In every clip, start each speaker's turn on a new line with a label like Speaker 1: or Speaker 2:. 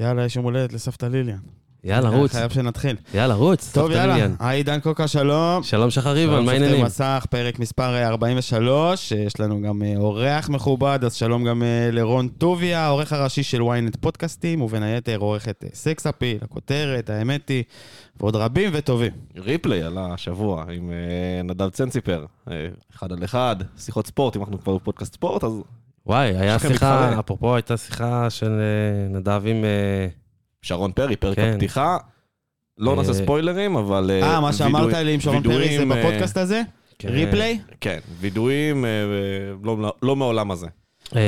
Speaker 1: יאללה, יש יום הולדת לסבתא ליליאן.
Speaker 2: יאללה, רוץ.
Speaker 1: חייב שנתחיל.
Speaker 2: יאללה, רוץ.
Speaker 1: טוב,
Speaker 2: סבתא
Speaker 1: יאללה.
Speaker 2: ליליאן.
Speaker 1: היי, עידן קוקה, שלום.
Speaker 2: שלום שחר ריבן, מה העניינים?
Speaker 1: שופטי מסך, פרק מספר 43, שיש לנו גם אה, אורח מכובד, אז שלום גם אה, לרון טוביה, העורך הראשי של ynet פודקאסטים, ובין היתר עורך את אה, סקס אפיל, הכותרת, האמת היא, ועוד רבים וטובים.
Speaker 3: ריפליי עלה השבוע עם אה, נדב צנציפר, אה, אחד על אחד, שיחות ספורט, אם אנחנו כבר בפודקאסט ספורט, אז
Speaker 2: וואי, היה
Speaker 3: שכם
Speaker 2: שיחה,
Speaker 3: מתחרה.
Speaker 2: אפרופו הייתה שיחה של אה, נדב עם... אה,
Speaker 3: שרון פרי, פרק
Speaker 2: כן.
Speaker 3: הפתיחה.
Speaker 2: אה,
Speaker 3: לא נעשה ספוילרים, אבל...
Speaker 1: אה, מה שאמרת
Speaker 3: וידועים-
Speaker 1: לי עם שרון פרי זה
Speaker 3: וידועים, אה,
Speaker 1: בפודקאסט הזה?
Speaker 2: כן.
Speaker 1: ריפליי?
Speaker 3: כן, וידועים אה, אה, לא- לא מהעולם הזה.
Speaker 2: אה,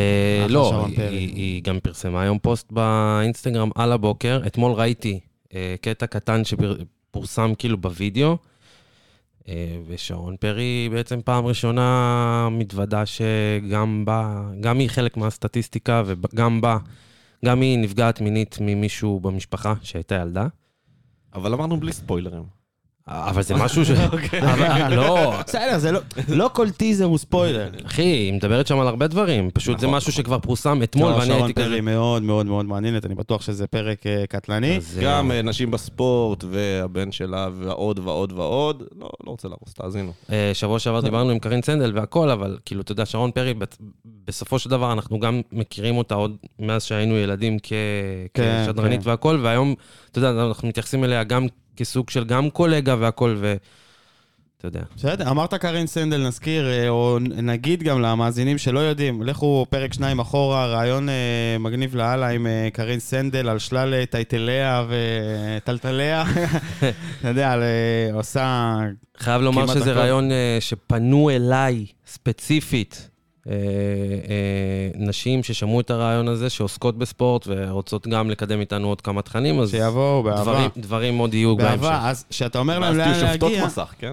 Speaker 1: אחלה
Speaker 2: לא,
Speaker 1: שרון
Speaker 2: היא-
Speaker 1: פרי.
Speaker 2: היא היא גם פרסמה היום פוסט באינסטגרם על הבוקר. אתמול ראיתי אה, קטע קטן שפורסם כאילו בווידאו, אה, ושרון פרי בעצם פעם ראשונה מתוודה שגם בה, גם היא חלק מהסטטיסטיקה וגם בה, גם היא נפגעת מינית ממישהו במשפחה שהייתה ילדה.
Speaker 3: אבל אמרנו בלי ספוילרים.
Speaker 2: אבל זה משהו ש...
Speaker 1: אוקיי.
Speaker 2: אבל- לא,
Speaker 1: בסדר, זה לא... לא כל טיזר הוא ספוילר.
Speaker 2: אחי, היא מדברת שם על הרבה דברים. פשוט זה
Speaker 3: נכון,
Speaker 2: משהו שכבר פורסם אתמול,
Speaker 1: לא,
Speaker 2: ואני
Speaker 1: שרון
Speaker 2: הייתי
Speaker 1: פרי
Speaker 2: כזה...
Speaker 1: מאוד מאוד מאוד מעניינת, אני בטוח שזה פרק אה, קטלני.
Speaker 2: אז, אה,
Speaker 3: גם אה, נשים בספורט, והבן שלה, ועוד ועוד ועוד. לא לא רוצה להרוס, תאזינו.
Speaker 2: אה, שבוע שעבר
Speaker 1: נכון.
Speaker 2: דיברנו עם קרין סנדל והכל, אבל כאילו, אתה יודע, שרון פרי, בת- בסופו של דבר אנחנו גם מכירים אותה עוד מאז שהיינו ילדים כ-
Speaker 1: כן,
Speaker 2: כשדרנית
Speaker 1: כן.
Speaker 2: והכל, והיום, אתה יודע, אנחנו מתייחסים אליה גם כסוג של גם קולגה והכל, ו... אתה יודע.
Speaker 1: בסדר, אמרת קארין סנדל, נזכיר, אה, או נ- נגיד גם למאזינים שלא יודעים, לכו פרק שניים אחורה, רעיון אה, מגניב לאללה עם אה, קארין סנדל על שלל אה, טייטליה וטלטליה. אתה יודע, על, אה, עושה...
Speaker 2: חייב לומר
Speaker 1: כמעט
Speaker 2: שזה
Speaker 1: הכל.
Speaker 2: רעיון אה, שפנו אליי ספציפית. אה, אה, נשים ששמעו את הרעיון הזה, שעוסקות בספורט ורוצות גם לקדם איתנו עוד כמה תכנים, אז
Speaker 1: שיבואו באהבה.
Speaker 2: דברים- דברים עוד יהיו בהמשך.
Speaker 1: באהבה, אז כשאתה אומר להם
Speaker 3: ואז
Speaker 1: לאן
Speaker 3: תהיו שופטות
Speaker 1: להגיע,
Speaker 3: מסך, כן?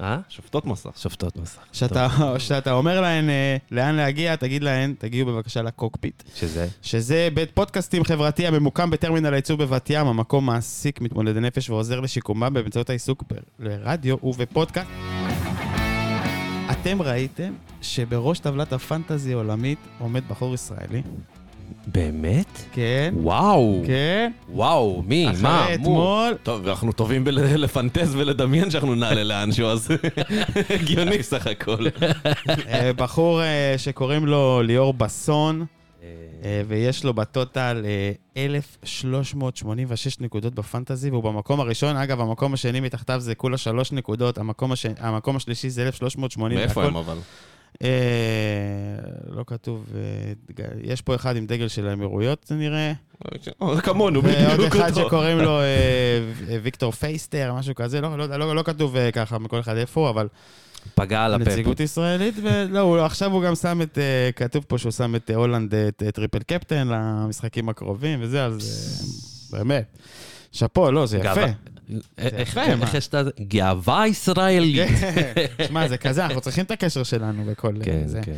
Speaker 2: אה?
Speaker 3: שופטות מסך.
Speaker 2: שופטות מסך.
Speaker 1: כשאתה- כשאתה אומר להן אה, לאן להגיע, תגיד להן, תגיעו בבקשה לקוקפיט.
Speaker 2: טוב, שזה?
Speaker 1: שזה בית פודקאסטים חברתי הממוקם בטרמינל הייצור בבת ים, המקום מעסיק מתמודדי נפש ועוזר לשיקומם באמצעות העיסוק ב- ברדיו ובפודקאסט. אתם ראיתם שבראש טבלת הפנטזי העולמית עומד בחור ישראלי?
Speaker 2: באמת?
Speaker 1: כן,
Speaker 2: וואו.
Speaker 1: כן.
Speaker 2: וואו, מי? מה?
Speaker 1: אחרי
Speaker 2: מו?
Speaker 1: אתמול,
Speaker 3: טוב, אנחנו טובים בלפנטז ולדמיין שאנחנו נעלה לאנשהו, אז הגיוני סך הכל.
Speaker 1: אה, בחור אה, שקוראים לו ליאור בסון, אה, ויש לו בטוטל אה, 1,386 נקודות בפנטזי, והוא במקום הראשון. אגב, המקום השני מתחתיו זה כולה שלוש נקודות, המקום, הש... המקום השלישי זה 1,380.
Speaker 3: מאיפה
Speaker 1: והכל-
Speaker 3: הם אבל?
Speaker 1: אה, לא כתוב, אה, ג- יש פה אחד עם דגל של האמירויות, זה נראה.
Speaker 3: כמונו,
Speaker 1: ועוד
Speaker 3: לא בדיוק
Speaker 1: אה, אחד
Speaker 3: אותו.
Speaker 1: שקוראים לו אה, ו- ויקטור פייסטר, משהו כזה, לא- לא לא- לא כתוב אה, ככה מכל אחד איפה הוא, אבל
Speaker 2: פגע על הפאפ.
Speaker 1: נציגות ישראלית, ולא, לא, הוא- עכשיו הוא גם שם את, אה, כתוב פה שהוא שם את אה, הולנד אה, את- את טריפל קפטן למשחקים הקרובים וזה, אז אה, באמת. שאפו, לא, זה יפה.
Speaker 2: גאווה. איך- אה, איך-
Speaker 1: יפה, כן, מה? כן.
Speaker 2: איך יש את ה... גאווה ישראלית.
Speaker 1: שמע, זה כזה, אנחנו צריכים את הקשר שלנו בכל אה,
Speaker 2: כן,
Speaker 1: זה.
Speaker 2: כן.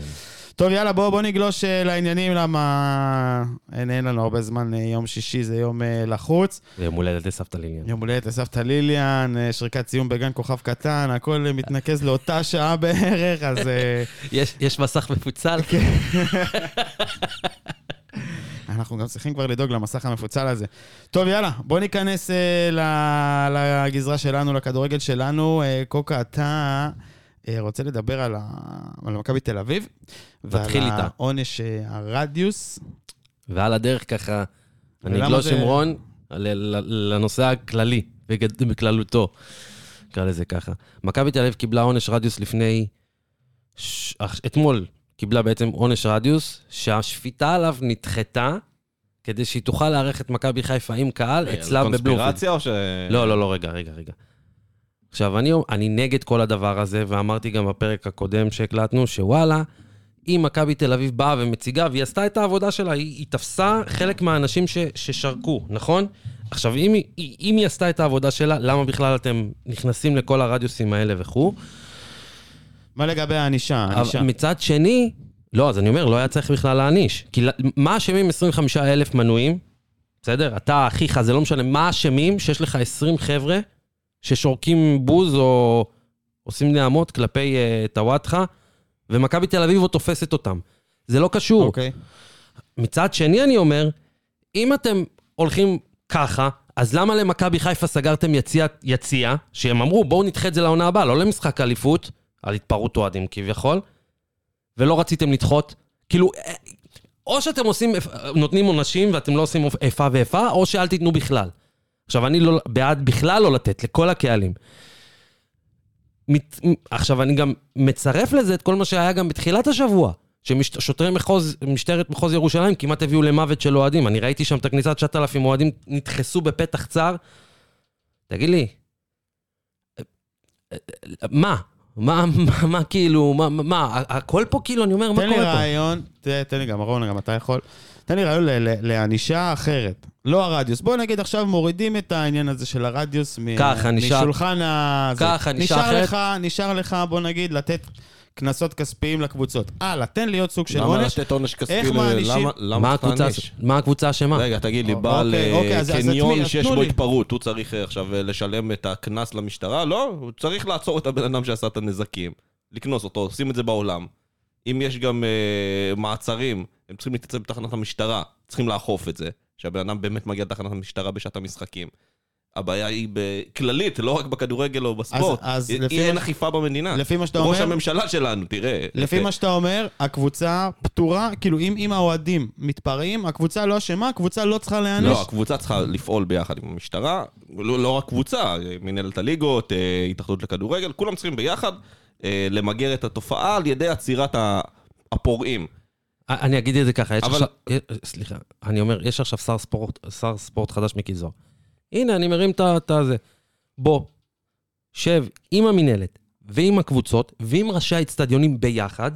Speaker 1: טוב, יאללה, בואו בוא נגלוש אה, לעניינים, למה אין, אין לנו הרבה זמן, אה, יום שישי זה יום אה, לחוץ.
Speaker 2: יום הולדת לסבתא ליליאן.
Speaker 1: יום הולדת לסבתא ליליאן, אה, שריקת סיום בגן כוכב קטן, הכל אה, מתנקז לאותה שעה בערך, אז... אה,
Speaker 2: יש- יש מסך מפוצל?
Speaker 1: כן. אנחנו גם צריכים כבר לדאוג למסך המפוצל הזה. טוב, יאללה, בוא ניכנס אה, ל- לגזרה שלנו, לכדורגל שלנו. אה, קוקה, אתה אה, רוצה לדבר על, ה... על מכבי תל אביב?
Speaker 2: נתחיל
Speaker 1: ועל
Speaker 2: איתה.
Speaker 1: העונש אה, הרדיוס.
Speaker 2: ועל הדרך ככה, אני
Speaker 1: ולמה
Speaker 2: אגלוש
Speaker 1: זה-
Speaker 2: עם רון ל- ל- לנושא הכללי, בגד- בכללותו, נקרא לזה ככה. מכבי תל אביב קיבלה עונש רדיוס לפני... ש- אך- אתמול קיבלה בעצם עונש רדיוס, שהשפיטה עליו נדחתה, כדי שהיא תוכל לארח את מכבי חיפה עם קהל
Speaker 3: אה,
Speaker 2: אצלה בבלומפילד.
Speaker 3: קונספירציה או ש...
Speaker 2: לא, לא, לא, רגע, רגע, רגע. עכשיו, אני, אני נגד כל הדבר הזה, ואמרתי גם בפרק הקודם שהקלטנו, שוואלה, אם מכבי תל אביב באה ומציגה, והיא עשתה את העבודה שלה, היא, היא תפסה חלק מהאנשים ש, ששרקו, נכון? עכשיו, אם היא, היא- אם היא עשתה את העבודה שלה, למה בכלל אתם נכנסים לכל הרדיוסים האלה וכו'?
Speaker 1: מה לגבי הענישה?
Speaker 2: אבל
Speaker 1: הענישה.
Speaker 2: מצד שני, לא, אז אני אומר, לא היה צריך בכלל להעניש. כי ל- מה אשמים 25 אלף מנויים? בסדר? אתה, אחיך, זה לא משנה. מה אשמים שיש לך 20 חבר'ה ששורקים בוז או עושים נעמות כלפי uh, טוואטחה, ומכבי תל אביב עוד תופסת אותם. זה לא קשור.
Speaker 1: אוקיי.
Speaker 2: מצד שני, אני אומר, אם אתם הולכים ככה, אז למה למכבי חיפה סגרתם יציע, יציע, שהם אמרו, בואו נדחה את זה לעונה הבאה, לא למשחק אליפות, על התפרעות אוהדים כביכול, ולא רציתם לדחות? כאילו, אה, או שאתם עושים, אה, נותנים עונשים ואתם לא עושים איפה ואיפה, או שאל תיתנו בכלל. עכשיו, אני לא, בעד בכלל לא לתת לכל הקהלים. מת, עכשיו, אני גם מצרף לזה את כל מה שהיה גם בתחילת השבוע, ששוטרי מחוז, משטרת מחוז ירושלים כמעט הביאו למוות של אוהדים. אני ראיתי שם את הכניסה 9,000 אוהדים נדחסו בפתח צר. תגיד לי, אה, מה? מה, מה, מה כאילו, מה, מה, הכל פה כאילו, אני אומר, מה
Speaker 1: תן לי
Speaker 2: קורה פה?
Speaker 1: רעיון, ת- תן לי גם, רון, גם אתה יכול. תן לי רעיון ל- ל- לענישה אחרת, לא הרדיוס. בוא נגיד עכשיו מורידים את העניין הזה של הרדיוס מ-
Speaker 2: ככה, ענישה-
Speaker 1: משולחן ה... זה.
Speaker 2: ככה, ענישה אחרת.
Speaker 1: לך, נשאר לך, בוא נגיד, לתת קנסות כספיים לקבוצות. הלאה, תן לי עוד סוג של
Speaker 3: למה
Speaker 1: עונש.
Speaker 3: לתת עונש כספי?
Speaker 1: איך
Speaker 3: ל-
Speaker 1: מענישים?
Speaker 3: למה- למה
Speaker 2: מה
Speaker 3: צריך
Speaker 2: הקבוצה-
Speaker 3: להעניש?
Speaker 2: מה הקבוצה אשמה?
Speaker 3: רגע, תגיד לי,
Speaker 1: אוקיי,
Speaker 3: בעל אה,
Speaker 1: אוקיי, אז- אז תנו לי,
Speaker 3: קניון שיש
Speaker 1: תנו
Speaker 3: בו
Speaker 1: לי.
Speaker 3: התפרעות, הוא צריך אה, עכשיו אה, לשלם את הקנס למשטרה? לא, הוא צריך לעצור את הבן אדם שעשה את הנזקים, לקנוס אותו, עושים את זה בעולם. אם יש גם אה, מעצרים, הם צריכים להתייצב בתחנת המשטרה, צריכים לאכוף את זה, שהבן אדם באמת מגיע לתחנת המשטרה בשעת המשחקים. הבעיה היא בכללית, לא רק בכדורגל או בספורט.
Speaker 1: אז
Speaker 3: אי-
Speaker 1: לפי
Speaker 3: אין
Speaker 1: מה-
Speaker 3: אכיפה במדינה.
Speaker 1: לפי מה שאתה
Speaker 3: ראש
Speaker 1: אומר,
Speaker 3: הממשלה שלנו, תראה. אוקיי?
Speaker 1: לפי מה שאתה אומר, הקבוצה פטורה, כאילו אם, אם האוהדים מתפרעים, הקבוצה לא אשמה, הקבוצה לא צריכה להיענש.
Speaker 3: לא, הקבוצה צריכה לפעול ביחד עם המשטרה, לא, לא רק קבוצה, מנהלת הליגות, אה, התאחדות לכדורגל, כולם צריכים ביחד אה, למגר את התופעה על ידי עצירת ה- הפורעים.
Speaker 2: אני אגיד את זה ככה, יש
Speaker 3: אבל-
Speaker 2: עכשיו... אה, סליחה, אני אומר, יש עכשיו שר ספורט, שר ספורט חדש מיקי זוהר. הנה, אני מרים את ה- את הזה. בוא, שב עם המינהלת ועם הקבוצות ועם ראשי האצטדיונים ביחד,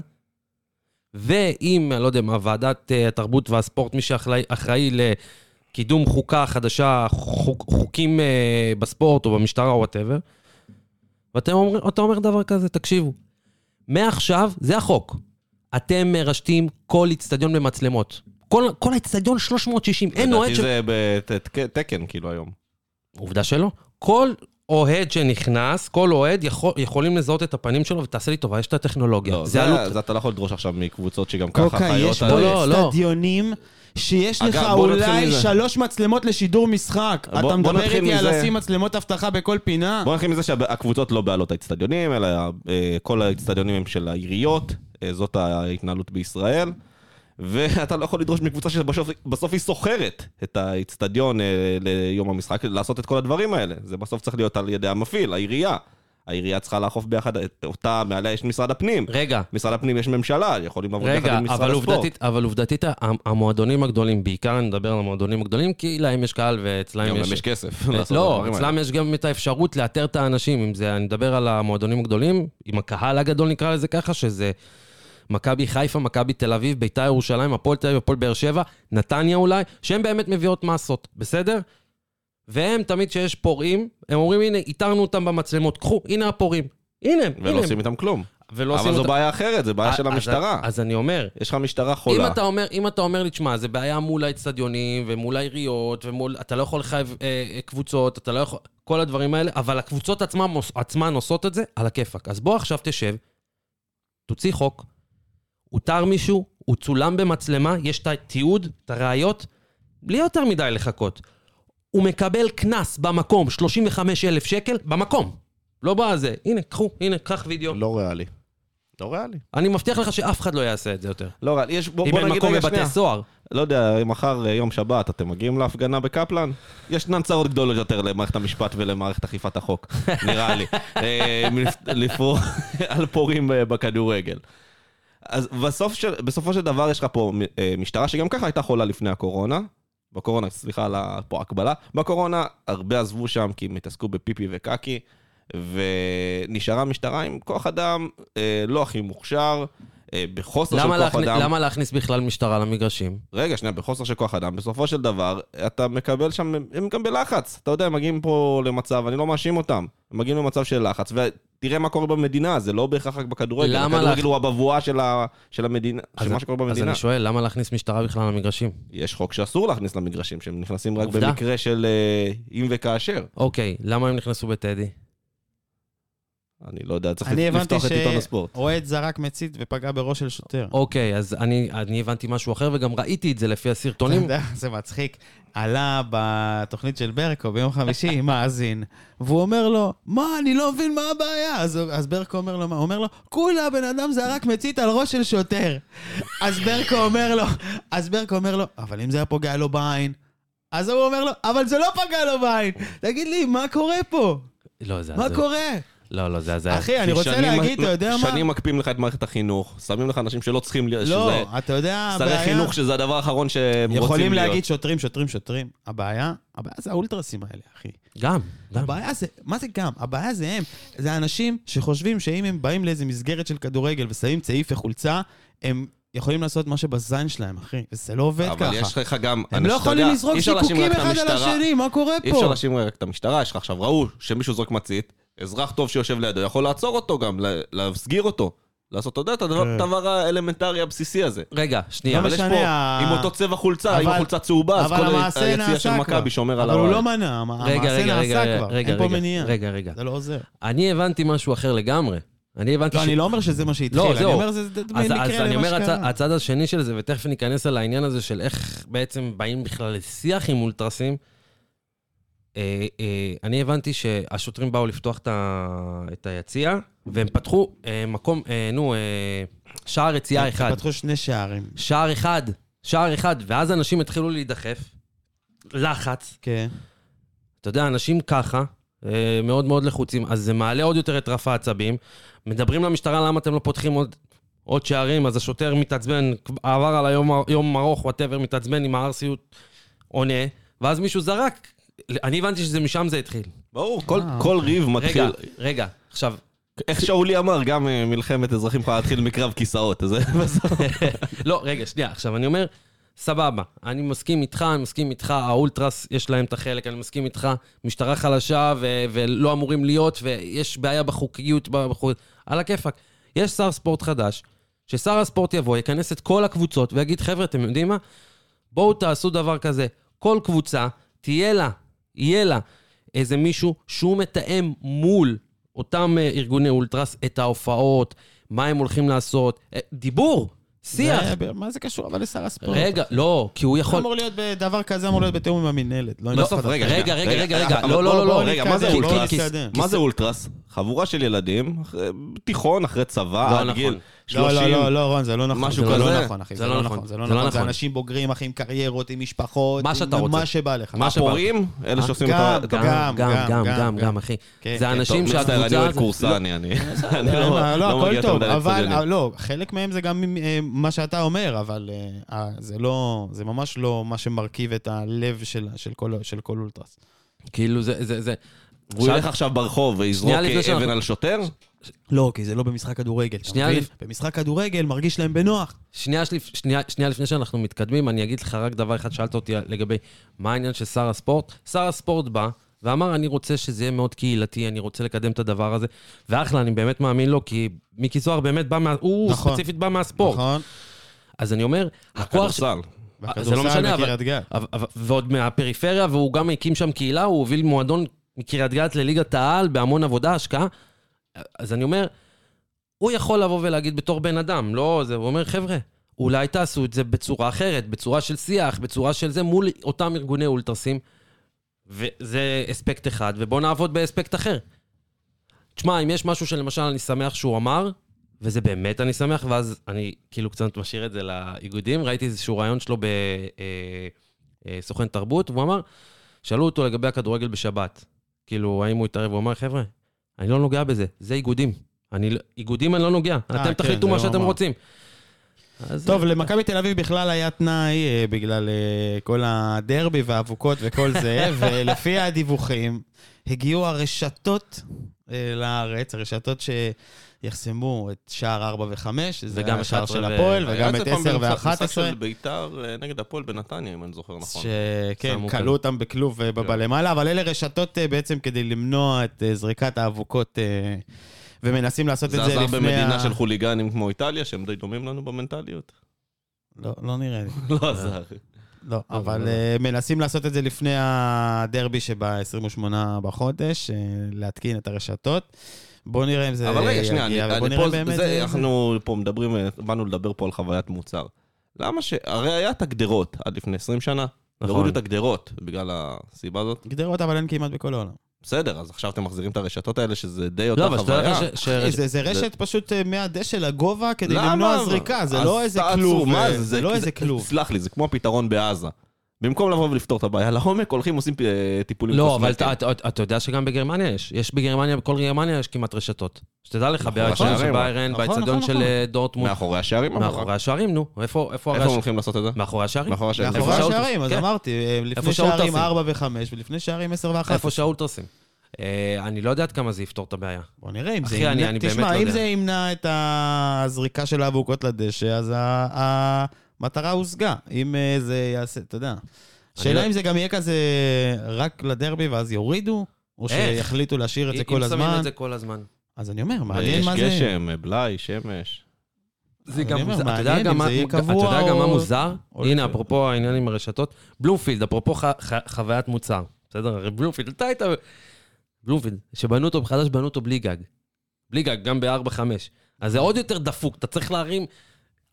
Speaker 2: ועם, אני לא יודע מה, ועדת אה, התרבות והספורט, מי שאחראי לקידום חוקה חדשה, חוק, חוקים אה, בספורט או במשטרה או וואטאבר, ואתה אומר, אתה אומר דבר כזה, תקשיבו, מעכשיו זה החוק. אתם מרשתים כל אצטדיון במצלמות. כל, כל האצטדיון 360, אין אוהד
Speaker 3: לדעתי
Speaker 2: ש...
Speaker 3: זה בתקן, כאילו, היום.
Speaker 2: עובדה שלא. כל אוהד שנכנס, כל אוהד יכול, יכולים לזהות את הפנים שלו, ותעשה לי טובה, יש את הטכנולוגיה.
Speaker 3: לא,
Speaker 2: זה,
Speaker 3: זה,
Speaker 2: עלות.
Speaker 3: זה אתה לא יכול לדרוש עכשיו מקבוצות שגם ככה
Speaker 1: קוקה,
Speaker 3: חיות
Speaker 1: יש
Speaker 3: על-
Speaker 2: בו- לא,
Speaker 1: פה
Speaker 2: לא.
Speaker 1: אצטדיונים שיש לך
Speaker 3: אגב, בוא נתחיל
Speaker 1: אולי
Speaker 3: מזה.
Speaker 1: שלוש מצלמות לשידור משחק.
Speaker 3: בוא-
Speaker 1: אתה
Speaker 3: בוא
Speaker 1: מדבר
Speaker 3: נתחיל
Speaker 1: איתי על
Speaker 3: מזה.
Speaker 1: לשים מצלמות אבטחה בכל פינה?
Speaker 3: בוא נתחיל מזה שהקבוצות לא בעלות האצטדיונים, אלא אה, כל האצטדיונים הם של העיריות, אה, זאת ההתנהלות בישראל. ואתה לא יכול לדרוש מקבוצה שבסוף בסוף היא סוחרת את האצטדיון אה, ליום המשחק, לעשות את כל הדברים האלה. זה בסוף צריך להיות על ידי המפעיל, העירייה. העירייה צריכה לאכוף ביחד את אותה, מעליה יש משרד הפנים.
Speaker 2: רגע,
Speaker 3: משרד הפנים יש ממשלה, יכולים לעבוד ביחד
Speaker 2: רגע,
Speaker 3: עם משרד
Speaker 2: אבל
Speaker 3: הספורט.
Speaker 2: עובדתית, אבל עובדתית, ה- המועדונים הגדולים, בעיקר אני מדבר על המועדונים הגדולים, כי להם יש קהל ואצלם
Speaker 3: גם
Speaker 2: יש...
Speaker 3: להם יש כסף.
Speaker 2: אה,
Speaker 3: לעשות את
Speaker 2: לא,
Speaker 3: הדברים האלה.
Speaker 2: אצלם יש גם את האפשרות לאתר את האנשים, אם זה, אני מדבר על המועדונים הגדולים, עם הקהל הגדול נקרא לזה ככה, שזה מכבי חיפה, מכבי תל אביב, ביתר ירושלים, הפועל תל אביב, הפועל באר שבע, נתניה אולי, שהן באמת מביאות מסות, בסדר? והם תמיד כשיש פורעים, הם אומרים, הנה, איתרנו אותם במצלמות, קחו, הנה הפורעים. הנה, הם, הנה.
Speaker 3: ולא
Speaker 2: הם."
Speaker 3: לא
Speaker 2: לא
Speaker 3: עושים איתם כלום.
Speaker 2: ולא
Speaker 3: אבל זו
Speaker 2: אותם-
Speaker 3: בעיה אחרת, זו בעיה של
Speaker 2: אה, אז-
Speaker 3: המשטרה.
Speaker 2: אז אני אומר,
Speaker 3: יש לך משטרה
Speaker 2: אם
Speaker 3: חולה.
Speaker 2: אתה, אומר, אם אתה אומר לי, תשמע, זה בעיה מול האצטדיונים ומול העיריות, ומול... אתה לא יכול לחייב אה, אה, קבוצות, אתה לא יכול... כל הדברים האלה, אבל הקבוצות עצמן, עוש- עצמן עושות את זה על הכיפאק. אז בוא עכשיו תשב, תוציא חוק, הותר מישהו, הוא צולם במצלמה, יש את התיעוד, את הראיות, בלי יותר מדי לחכות. הוא מקבל קנס במקום, 35 אלף שקל, במקום. לא בזה, הנה, קחו, הנה, קח וידאו.
Speaker 3: לא ריאלי. לא ריאלי.
Speaker 2: אני מבטיח לך שאף אחד לא יעשה את זה יותר.
Speaker 3: לא ריאלי. יש, בוא,
Speaker 2: אם
Speaker 3: בוא
Speaker 2: אין
Speaker 3: נגיד
Speaker 2: מקום
Speaker 3: רגע
Speaker 2: בבתי
Speaker 3: שנייה.
Speaker 2: סוהר.
Speaker 3: לא יודע, אם מחר אה, יום שבת אתם מגיעים להפגנה בקפלן, ישנן צרות גדולות יותר למערכת המשפט ולמערכת אכיפת החוק, נראה לי. אה, מלפ- לפרוע על פורעים אה, בכדורגל. אז בסוף של, בסופו של דבר יש לך פה אה, משטרה שגם ככה הייתה חולה לפני הקורונה. בקורונה, סליחה על ה- פה הקבלה. בקורונה הרבה עזבו שם כי הם התעסקו בפיפי וקקי, ונשארה משטרה עם כוח אדם אה, לא הכי מוכשר, אה, בחוסר של
Speaker 2: למה,
Speaker 3: כוח
Speaker 2: להכנ...
Speaker 3: אדם.
Speaker 2: למה להכניס בכלל משטרה למגרשים?
Speaker 3: רגע, שנייה, בחוסר של כוח אדם, בסופו של דבר, אתה מקבל שם, הם גם בלחץ. אתה יודע, הם מגיעים פה למצב, אני לא מאשים אותם, הם מגיעים למצב של לחץ, ותראה מה קורה במדינה, זה לא בהכרח רק בכדורגל.
Speaker 2: למה
Speaker 3: הכדורגל
Speaker 2: לך-
Speaker 3: הוא הבבואה של, ה... של המדינה, של מה שקורה
Speaker 2: אז
Speaker 3: במדינה.
Speaker 2: אני שואל, למה להכניס משטרה בכלל למגרשים?
Speaker 3: יש חוק שאסור להכניס למגרשים, שהם נכנסים רק
Speaker 2: עובדה.
Speaker 3: במקרה של אה, אם וכאשר.
Speaker 2: אוקיי, למה הם נכנסו בטדי?
Speaker 3: אני לא יודע, צריך
Speaker 1: אני הבנתי
Speaker 3: לפתוח את עיתון הספורט.
Speaker 1: שאוהד זרק מצית ופגע בראש של שוטר.
Speaker 2: אוקיי, אז אני, אני הבנתי משהו אחר, וגם ראיתי את זה לפי הסרטונים.
Speaker 1: אתה יודע, זה מצחיק. עלה בתוכנית של ברקו ביום חמישי, מאזין, והוא אומר לו, מה, אני לא מבין מה הבעיה. אז, אז ברקו אומר לו, מה? הוא אומר לו, כולה הבן אדם זרק מצית על ראש של שוטר. אז ברקו אומר לו, אז ברקו אומר לו, אבל אם זה היה פוגע לו בעין, אז הוא אומר לו, אבל זה לא פגע לו בעין. תגיד לי, מה קורה פה?
Speaker 2: לא, זה...
Speaker 1: מה
Speaker 2: זה-
Speaker 1: קורה?
Speaker 2: לא, לא, זה... זה...
Speaker 1: אחי, אני רוצה
Speaker 3: שנים-
Speaker 1: להגיד, אתה יודע מה?
Speaker 3: שנים מקפיאים לך את מערכת החינוך, שמים לך אנשים שלא צריכים... ל-
Speaker 1: לא,
Speaker 3: שזה-
Speaker 1: אתה יודע,
Speaker 3: שרי
Speaker 1: הבעיה-
Speaker 3: חינוך, שזה הדבר האחרון שהם רוצים להיות.
Speaker 1: יכולים להגיד שוטרים, שוטרים, שוטרים. הבעיה, הבעיה זה האולטרסים האלה, אחי.
Speaker 2: גם, גם.
Speaker 3: נכון.
Speaker 1: הבעיה זה, מה זה גם? הבעיה זה הם. זה האנשים שחושבים שאם הם באים לאיזה מסגרת של כדורגל ושמים צעיף וחולצה, הם יכולים לעשות מה שבזין שלהם, אחי. וזה לא עובד ככה.
Speaker 3: אבל יש לך גם...
Speaker 1: הם לא
Speaker 3: אנשים- אתה יודע,
Speaker 1: יכולים לזרוק
Speaker 3: אי אפשר להאשים
Speaker 1: זיקוקים
Speaker 3: רק את
Speaker 1: אחד על
Speaker 3: המשטרה.
Speaker 1: השני, מה קורה
Speaker 3: אי אפשר
Speaker 1: פה?
Speaker 3: להאשים רק את המשטרה, יש לך עכשיו, ראו שמישהו זורק מצית, אזרח טוב שיושב לידו יכול לעצור אותו גם, לה- להסגיר אותו. לעשות, אתה יודע, את הדבר-
Speaker 1: כן.
Speaker 3: את הדבר האלמנטרי הבסיסי הזה.
Speaker 2: רגע, שנייה.
Speaker 1: לא
Speaker 3: אבל יש
Speaker 1: משנה,
Speaker 3: פה,
Speaker 1: ה-
Speaker 3: עם אותו צבע חולצה, עם
Speaker 1: אבל-
Speaker 3: החולצה צהובה, אז
Speaker 1: אבל
Speaker 3: כל
Speaker 1: המעשה
Speaker 3: היציע של
Speaker 1: נעשה כבר.
Speaker 3: מכבי שומר על
Speaker 1: אבל הוא
Speaker 3: האוהד.
Speaker 1: לא מנע, המ-
Speaker 2: רגע,
Speaker 1: המעשה
Speaker 2: רגע, רגע,
Speaker 1: נעשה
Speaker 2: רגע,
Speaker 1: כבר.
Speaker 2: רגע,
Speaker 1: אין פה מניעה.
Speaker 2: רגע, רגע, רגע.
Speaker 1: זה לא עוזר.
Speaker 2: אני הבנתי משהו אחר לגמרי. אני הבנתי
Speaker 1: לא,
Speaker 2: ש-
Speaker 1: אני לא אומר שזה מה שהתחיל,
Speaker 2: לא,
Speaker 1: אני
Speaker 2: זהו.
Speaker 1: אומר זה זה מקרה
Speaker 2: אז,
Speaker 1: למה
Speaker 2: אז אני אומר, הצ...
Speaker 1: שקרה.
Speaker 2: הצד השני של זה, ותכף ניכנס על העניין הזה של איך בעצם באים בכלל לשיח עם אולטרסים. אה, אה, אני הבנתי שהשוטרים באו לפתוח את, ה... את היציע, והם פתחו אה, מקום, אה, נו, אה, שער יציאה אחד.
Speaker 1: פתחו שני שערים.
Speaker 2: שער אחד, שער אחד, ואז אנשים התחילו להידחף. לחץ.
Speaker 1: כן.
Speaker 2: אתה יודע, אנשים ככה, אה, מאוד מאוד לחוצים, אז זה מעלה עוד יותר את רף העצבים. מדברים למשטרה למה אתם לא פותחים עוד, עוד שערים, אז השוטר מתעצבן, עבר על היום יום ארוך, וואטאבר, מתעצבן עם הארסיות, עונה, ואז מישהו זרק. אני הבנתי שזה משם זה התחיל.
Speaker 3: ברור, כל-
Speaker 1: אה,
Speaker 3: כל
Speaker 1: אוקיי.
Speaker 3: ריב
Speaker 2: רגע,
Speaker 3: מתחיל,
Speaker 2: רגע, עכשיו,
Speaker 3: איך שאולי אמר, גם אה, מלחמת אזרחים יכולה להתחיל מקרב כיסאות, זה בסוף.
Speaker 2: לא, רגע, שנייה, עכשיו אני אומר, סבבה, אני מסכים איתך, אני מסכים איתך, האולטרס יש להם את החלק, אני מסכים איתך, משטרה חלשה ו- ולא אמורים להיות, ויש בעיה בחוקיות, בחוק... על הכיפאק. יש שר ספורט חדש, ששר הספורט יבוא, יכנס את כל הקבוצות ויגיד, חבר'ה, אתם יודעים מה? בואו תעשו דבר כזה, כל קבוצה, תהיה לה, יהיה לה איזה מישהו שהוא מתאם מול אותם אה, ארגוני אולטרס את ההופעות, מה הם הולכים לעשות, אה, דיבור, שיח.
Speaker 1: זה- מה זה קשור אבל לשר הספורט?
Speaker 2: רגע, לא, כי הוא יכול...
Speaker 1: אמור להיות בדבר כזה, אמור להיות בתיאום עם המינהלת. לא עם
Speaker 3: בסוף,
Speaker 1: אף אחד
Speaker 3: רגע,
Speaker 1: אחר.
Speaker 2: רגע, רגע, רגע, רגע,
Speaker 3: אבל
Speaker 2: לא,
Speaker 3: בוא-
Speaker 2: לא,
Speaker 3: בוא,
Speaker 2: לא,
Speaker 3: רגע,
Speaker 1: לא,
Speaker 3: מה זה
Speaker 1: נתקדם, לא
Speaker 3: אולטרס?
Speaker 1: נתקדם.
Speaker 3: מה זה אולטרס? חבורה של ילדים, אחרי- תיכון, אחרי
Speaker 2: לא
Speaker 3: צבא, עד
Speaker 2: נכון.
Speaker 3: גיל
Speaker 1: לא,
Speaker 3: 30.
Speaker 1: לא, לא, לא, רון, זה לא נכון.
Speaker 3: משהו
Speaker 1: זה
Speaker 3: כזה.
Speaker 1: לא נכון, אחי. זה לא נכון. זה לא נכון. זה
Speaker 2: נכון.
Speaker 1: אנשים בוגרים, אחי, עם קריירות, עם משפחות.
Speaker 2: מה שאתה
Speaker 1: עם
Speaker 2: רוצה.
Speaker 1: מה שבא לך.
Speaker 2: מה שבא
Speaker 3: הפורעים, אלה
Speaker 2: אה?
Speaker 3: שעושים את ה...
Speaker 1: גם,
Speaker 3: את
Speaker 2: גם,
Speaker 3: ה-
Speaker 2: גם, גם, גם, גם,
Speaker 1: גם,
Speaker 2: אחי.
Speaker 1: כן,
Speaker 2: זה
Speaker 1: כן,
Speaker 2: אנשים
Speaker 3: טוב, מצטער, אני
Speaker 2: שהקבוצה...
Speaker 3: אוהד
Speaker 2: הזאת- לא,
Speaker 3: קורסני, אני אני
Speaker 1: לא,
Speaker 3: לא
Speaker 1: לא,
Speaker 3: לא מגיע
Speaker 1: הכל
Speaker 3: יותר
Speaker 1: טוב,
Speaker 3: מדי
Speaker 1: אבל,
Speaker 3: לאצטדיונים.
Speaker 1: אה, לא, חלק מהם זה גם אה, מה שאתה אומר, אבל אה, אה, זה לא, זה ממש לא מה שמרכיב את הלב של- של כל- של כל אולטרס.
Speaker 2: כאילו, זה- זה... זה-
Speaker 3: הוא ילך עכשיו ברחוב ויזרוק
Speaker 2: שנייה לפני
Speaker 3: אבן
Speaker 2: שאנחנו-
Speaker 3: על שוטר?
Speaker 1: לא, כי זה לא במשחק כדורגל. אתה
Speaker 2: שנייה,
Speaker 1: מבין?
Speaker 2: לפ-
Speaker 1: במשחק כדורגל מרגיש להם בנוח.
Speaker 2: שנייה, שלי- שנייה, שנייה לפני שאנחנו מתקדמים, אני אגיד לך רק דבר אחד, שאלת אותי לגבי מה העניין של שר הספורט. שר הספורט בא ואמר, אני רוצה שזה יהיה מאוד קהילתי, אני רוצה לקדם את הדבר הזה. ואחלה, אני באמת מאמין לו, כי מיקי זוהר באמת בא מה... הוא
Speaker 1: נכון.
Speaker 2: ספציפית בא מהספורט.
Speaker 1: נכון?
Speaker 2: אז אני אומר, הכוח... ש-
Speaker 3: כדורסל.
Speaker 2: זה לא
Speaker 1: והכדורסל
Speaker 2: משנה,
Speaker 1: בקריית גת.
Speaker 2: אבל- אבל- ועוד מהפריפריה, והוא גם הקים שם קהילה, הוא הוביל מועדון מקריית גת לליגת העל בהמון עבודה, השקעה. אז אני אומר, הוא יכול לבוא ולהגיד בתור בן אדם, לא זה, הוא אומר, חבר'ה, אולי תעשו את זה בצורה אחרת, בצורה של שיח, בצורה של זה, מול אותם ארגוני אולטרסים. וזה אספקט אחד, ובואו נעבוד באספקט אחר. תשמע, אם יש משהו שלמשל אני שמח שהוא אמר, וזה באמת אני שמח, ואז אני כאילו קצת משאיר את זה לאיגודים, ראיתי איזשהו רעיון שלו בסוכן תרבות, והוא אמר, שאלו אותו לגבי הכדורגל בשבת, כאילו, האם הוא התערב, הוא אמר, חבר'ה, אני לא נוגע בזה, זה איגודים. אני, לא- איגודים אני לא נוגע, אתם
Speaker 1: כן,
Speaker 2: תחליטו
Speaker 1: זה
Speaker 2: מה
Speaker 1: הוא
Speaker 2: שאתם
Speaker 1: אמר.
Speaker 2: רוצים. אז-
Speaker 1: טוב, למכבי תל אביב בכלל היה תנאי אה, בגלל אה, כל הדרבי והאבוקות וכל זה, ולפי הדיווחים, הגיעו הרשתות אה, לארץ, הרשתות שיחסמו את שער 4 ו-5, זה
Speaker 2: וגם
Speaker 1: היה השער
Speaker 2: 11
Speaker 1: של
Speaker 2: ו-
Speaker 1: הפועל,
Speaker 3: היה
Speaker 1: וגם
Speaker 3: זה
Speaker 1: את
Speaker 3: פעם
Speaker 1: 10
Speaker 3: במשחק- משחק
Speaker 1: ו-11.
Speaker 3: של ביתר אה, נגד הפועל בנתניה, אם אני זוכר נכון. כן.
Speaker 1: שכן,
Speaker 2: שמו כאן.
Speaker 1: כן, כלו אותם בכלוב אה, בב- למעלה, אבל אלה רשתות אה, בעצם כדי למנוע את אה, זריקת האבוקות, אה, ומנסים לעשות את
Speaker 3: זה
Speaker 1: זה לפני...
Speaker 3: עזר במדינה
Speaker 1: ה-
Speaker 3: של חוליגנים כמו איטליה, שהם די דומים לנו במנטליות.
Speaker 1: לא, לא נראה לי.
Speaker 3: לא עזר.
Speaker 1: לא,
Speaker 2: לא,
Speaker 1: אבל
Speaker 2: לא, לא.
Speaker 1: אה, מנסים לעשות את זה לפני הדרבי שב-28 בחודש, אה, להתקין את הרשתות. בוא נראה אם זה
Speaker 3: אבל רגע, שנייה, אני,
Speaker 1: יגיע, ובוא
Speaker 3: אני
Speaker 1: נראה
Speaker 3: פה,
Speaker 1: אם באמת
Speaker 3: זה,
Speaker 1: זה-
Speaker 3: אנחנו פה מדברים, אה, באנו לדבר פה על חוויית מוצר. למה ש... הרי היה את הגדרות עד לפני 20 שנה.
Speaker 2: נכון.
Speaker 3: הורידו את הגדרות בגלל הסיבה הזאת.
Speaker 1: גדרות, אבל אין כמעט בכל העולם.
Speaker 3: בסדר, אז עכשיו אתם מחזירים את הרשתות האלה, שזה די אותה
Speaker 2: לא, אבל
Speaker 3: חוויה.
Speaker 2: שתדע לך ש...
Speaker 1: אחי,
Speaker 2: שרש-
Speaker 1: זה- זה רשת פשוט אה, מהדשא לגובה כדי
Speaker 3: למה?
Speaker 1: למנוע זריקה, זה
Speaker 3: אז
Speaker 1: לא איזה
Speaker 3: תעצרו,
Speaker 1: כלוב.
Speaker 3: מה
Speaker 1: אה,
Speaker 3: זה?
Speaker 1: זה לא איזה כלוב.
Speaker 3: סלח לי, זה כמו הפתרון בעזה. במקום לבוא ולפתור את הבעיה לעומק, הולכים עושים אה, טיפולים
Speaker 2: לא, אבל
Speaker 3: קוסמטיים.
Speaker 2: אתה- אתה אתה יודע שגם בגרמניה יש. יש בגרמניה, בכל גרמניה יש כמעט רשתות. שתדע לך, באצטדיון של
Speaker 3: השערים,
Speaker 2: ביירן,
Speaker 1: נכון,
Speaker 2: באצטדיון
Speaker 1: נכון,
Speaker 2: של
Speaker 1: נכון.
Speaker 2: אה, דורטמונד.
Speaker 3: מאחורי השערים? אמרת.
Speaker 2: מאחורי השערים, נו. איפה איפה
Speaker 3: איפה הם
Speaker 2: הרשת?
Speaker 3: הולכים לעשות את זה?
Speaker 2: מאחורי השערים.
Speaker 3: מאחורי השערים.
Speaker 1: מאחורי
Speaker 2: איפה
Speaker 1: השערים, אז
Speaker 2: כן.
Speaker 1: אמרתי, אה, לפני
Speaker 2: שאול
Speaker 1: שערים
Speaker 2: טסים?
Speaker 1: 4 ו-5 ולפני שערים 10 ו-11.
Speaker 2: איפה שהאולטרסים. אה, אני לא יודע עד כמה זה יפתור את הבעיה.
Speaker 1: בוא נראה אם זה
Speaker 2: אחי, אני-
Speaker 1: ימנע...
Speaker 2: אני באמת
Speaker 1: תשמע,
Speaker 2: לא
Speaker 1: אם
Speaker 2: יודע.
Speaker 1: זה ימנע את הזריקה של האבוקות לדשא, אז ה- ה- המטרה הושגה. אם אה, זה יעשה, אתה יודע.
Speaker 2: לא-
Speaker 1: השאלה אם זה גם יהיה כזה רק לדרבי ואז יורידו, או
Speaker 2: איך?
Speaker 1: שיחליטו להשאיר את זה
Speaker 2: אם
Speaker 1: כל
Speaker 2: שמים
Speaker 1: הזמן.
Speaker 2: את זה כל הזמן.
Speaker 1: אז אני אומר, מעניין
Speaker 3: אה, יש
Speaker 1: מה זה...
Speaker 3: גשם, בלאי, שמש.
Speaker 2: זה
Speaker 1: אני
Speaker 2: גם
Speaker 1: אומר,
Speaker 2: מוזר, אתה יודע
Speaker 1: מעניין
Speaker 2: גם
Speaker 1: אם
Speaker 2: מה-
Speaker 1: זה יהיה
Speaker 2: אתה
Speaker 1: קבוע
Speaker 2: יודע גם מה
Speaker 1: או-
Speaker 2: מוזר?
Speaker 1: או
Speaker 2: הנה,
Speaker 1: לא.
Speaker 2: אפרופו העניין עם הרשתות, בלומפילד, אפרופו ח- ח- חוויית מוצר, בסדר? הרי בלומפילד, אתה היית... בלומפילד, שבנו אותו מחדש, בנו אותו בלי גג. בלי גג, גם ב-4-5. אז זה עוד יותר דפוק, אתה צריך להרים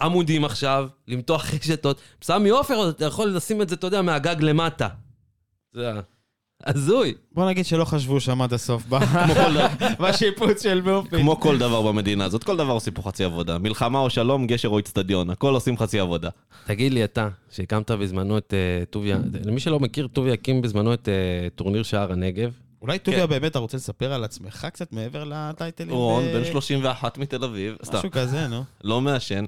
Speaker 2: עמודים עכשיו, למתוח רשתות. בסמי עופר, אתה יכול לשים את זה, אתה יודע, מהגג למטה. זה ה- הזוי.
Speaker 1: בוא נגיד שלא חשבו שם עד הסוף ב- בשיפוץ של באופן.
Speaker 3: כמו כל דבר במדינה הזאת, כל דבר עושים פה חצי עבודה. מלחמה או שלום, גשר או אצטדיון, הכל עושים חצי עבודה. טוב,
Speaker 2: תגיד לי אתה, שהקמת בזמנו את אה, טוביה, למי שלא מכיר, טוביה הקים בזמנו את אה, טורניר שער הנגב.
Speaker 1: אולי
Speaker 2: כן.
Speaker 1: טוביה באמת, אתה רוצה לספר על עצמך קצת מעבר לטייטלים?
Speaker 3: רון,
Speaker 1: ו-
Speaker 3: בן 31 מתל אביב, סתם,
Speaker 1: משהו כזה, נו.
Speaker 3: לא מעשן,